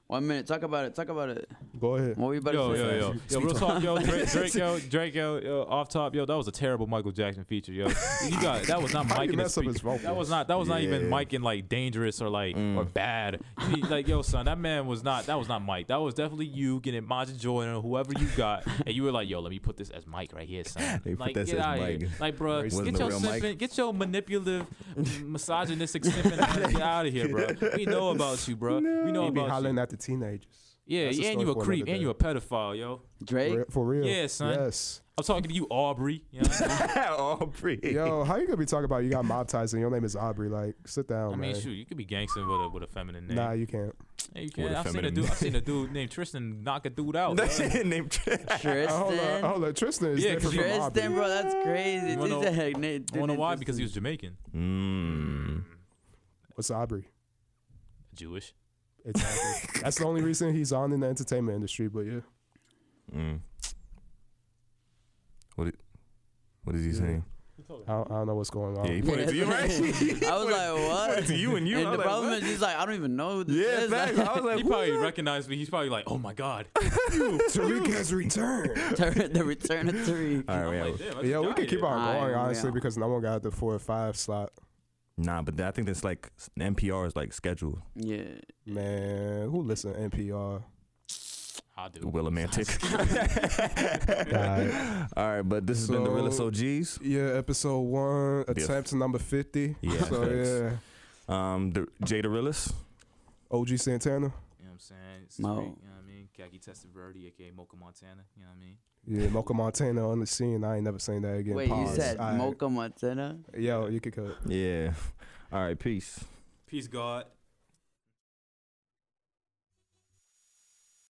Speaker 5: One minute, talk about it, talk about it.
Speaker 1: Go ahead.
Speaker 5: What were you about
Speaker 3: Yo,
Speaker 5: to
Speaker 3: yo,
Speaker 5: say?
Speaker 3: yo, yo, real talk, yo, Drake, Drake, yo, Drake, yo, yo, off top, yo, that was a terrible Michael Jackson feature, yo. You got that was not
Speaker 1: How
Speaker 3: Mike
Speaker 1: you
Speaker 3: in the
Speaker 1: mess up
Speaker 3: speaker.
Speaker 1: his vocals?
Speaker 3: That was not that was not even
Speaker 2: Yeah. Mm.
Speaker 3: Mike in like dangerous or like or bad. You need- like yo, son, that man was not that was not Mike. That was definitely you getting Maja Jordan or whoever you got, and you were like, yo, let me put this as Mike right here, son.
Speaker 2: They put
Speaker 3: like
Speaker 2: this
Speaker 3: get
Speaker 2: as
Speaker 3: out
Speaker 2: Mike.
Speaker 3: here, like bro,
Speaker 2: Wasn't
Speaker 3: get
Speaker 2: the
Speaker 3: your
Speaker 2: real Mike.
Speaker 3: simping, get your manipulative, misogynistic simping, ass, get out of here, bro. We know about you, bro. We know
Speaker 1: He be
Speaker 3: about you.
Speaker 1: hollering at the teenagers.
Speaker 3: Yeah,
Speaker 1: That's a
Speaker 3: and
Speaker 1: story
Speaker 3: you a
Speaker 1: for another
Speaker 3: creep,
Speaker 1: day.
Speaker 3: and you a pedophile, yo.
Speaker 5: Drake?
Speaker 1: Re- For real.
Speaker 3: Yeah, son.
Speaker 1: Yes.
Speaker 3: I'm talking to you, Aubrey. You know
Speaker 1: Oh,
Speaker 3: what I mean?
Speaker 2: Aubrey.
Speaker 1: Yo, how you gonna be talking about you got mob ties and your name is Aubrey? Like, sit down,
Speaker 3: I mean,
Speaker 1: man.
Speaker 3: shoot, you could be gangster with a with a feminine name.
Speaker 1: Nah, you can't.
Speaker 3: Hey, you can.
Speaker 2: With a
Speaker 3: I've seen a
Speaker 2: feminine
Speaker 3: dude.
Speaker 2: name.
Speaker 3: I've seen a dude named Tristan knock a dude out.
Speaker 2: That's it. Name.
Speaker 1: Uh, hold on,
Speaker 5: Tristan?
Speaker 1: hold on. Tristan is
Speaker 3: Yeah, 'cause
Speaker 1: different
Speaker 3: you-
Speaker 1: from Aubrey.
Speaker 5: Tristan, bro, that's crazy.
Speaker 3: You wanna
Speaker 5: Dude
Speaker 3: know-
Speaker 5: said, "Nate,
Speaker 3: I don't know
Speaker 5: dude,
Speaker 3: why, because he was
Speaker 5: Tristan."
Speaker 3: Jamaican,
Speaker 1: Hmm.
Speaker 2: Mm.
Speaker 1: What's Aubrey?
Speaker 3: Jewish.
Speaker 1: Exactly. That's the only reason he's on in the entertainment industry. But yeah,
Speaker 2: Mm. What? It, what is he
Speaker 1: Yeah.
Speaker 2: saying?
Speaker 1: I don't, I don't know what's going on.
Speaker 2: Yeah, he put it to you, right?
Speaker 5: I was like, what?
Speaker 2: to you and you.
Speaker 5: And
Speaker 2: I was
Speaker 5: the
Speaker 2: like,
Speaker 5: problem
Speaker 2: what?
Speaker 5: is, he's like, I don't even know who this
Speaker 2: Yeah,
Speaker 5: is.
Speaker 2: facts. I was like,
Speaker 3: He
Speaker 2: who
Speaker 3: probably
Speaker 2: is that?
Speaker 3: recognized me. He's probably like, "Oh my God!"
Speaker 1: Tariq has returned.
Speaker 5: Tur- the return of Tariq.
Speaker 2: All right, we
Speaker 3: I'm
Speaker 2: have-
Speaker 3: like, "Damn, I
Speaker 1: Yeah,
Speaker 3: just
Speaker 1: we
Speaker 3: got
Speaker 1: could
Speaker 3: here."
Speaker 1: keep on
Speaker 5: I
Speaker 1: going
Speaker 5: am
Speaker 1: honestly
Speaker 5: real.
Speaker 1: because no one got the four or five slot.
Speaker 2: Nah, but I think that's like NPR is like scheduled.
Speaker 5: Yeah.
Speaker 1: Man, who listen to NPR?
Speaker 3: I do.
Speaker 2: Willimantic.
Speaker 1: Alright.
Speaker 2: All right, but this has been the realest
Speaker 1: So-
Speaker 2: OGs.
Speaker 1: Yeah, episode one,
Speaker 2: Yeah.
Speaker 1: attempt number fifty.
Speaker 2: Yeah,
Speaker 1: so
Speaker 2: thanks.
Speaker 1: yeah,
Speaker 2: Um, the Jay the realest.
Speaker 1: OG Santana.
Speaker 3: You know what I'm saying? It's
Speaker 5: Mo.
Speaker 3: Tariq, You know what I mean? Khaki tested Verdi, aka Mocha Montana. You know what I mean?
Speaker 1: Yeah, Mocha Montana on the scene. I ain't never seen that again.
Speaker 5: Wait, you
Speaker 1: Pause.
Speaker 5: said
Speaker 1: Alright.
Speaker 5: Mocha Montana?
Speaker 1: Yo, you could cut.
Speaker 2: Yeah. All right. Peace.
Speaker 3: Peace, God.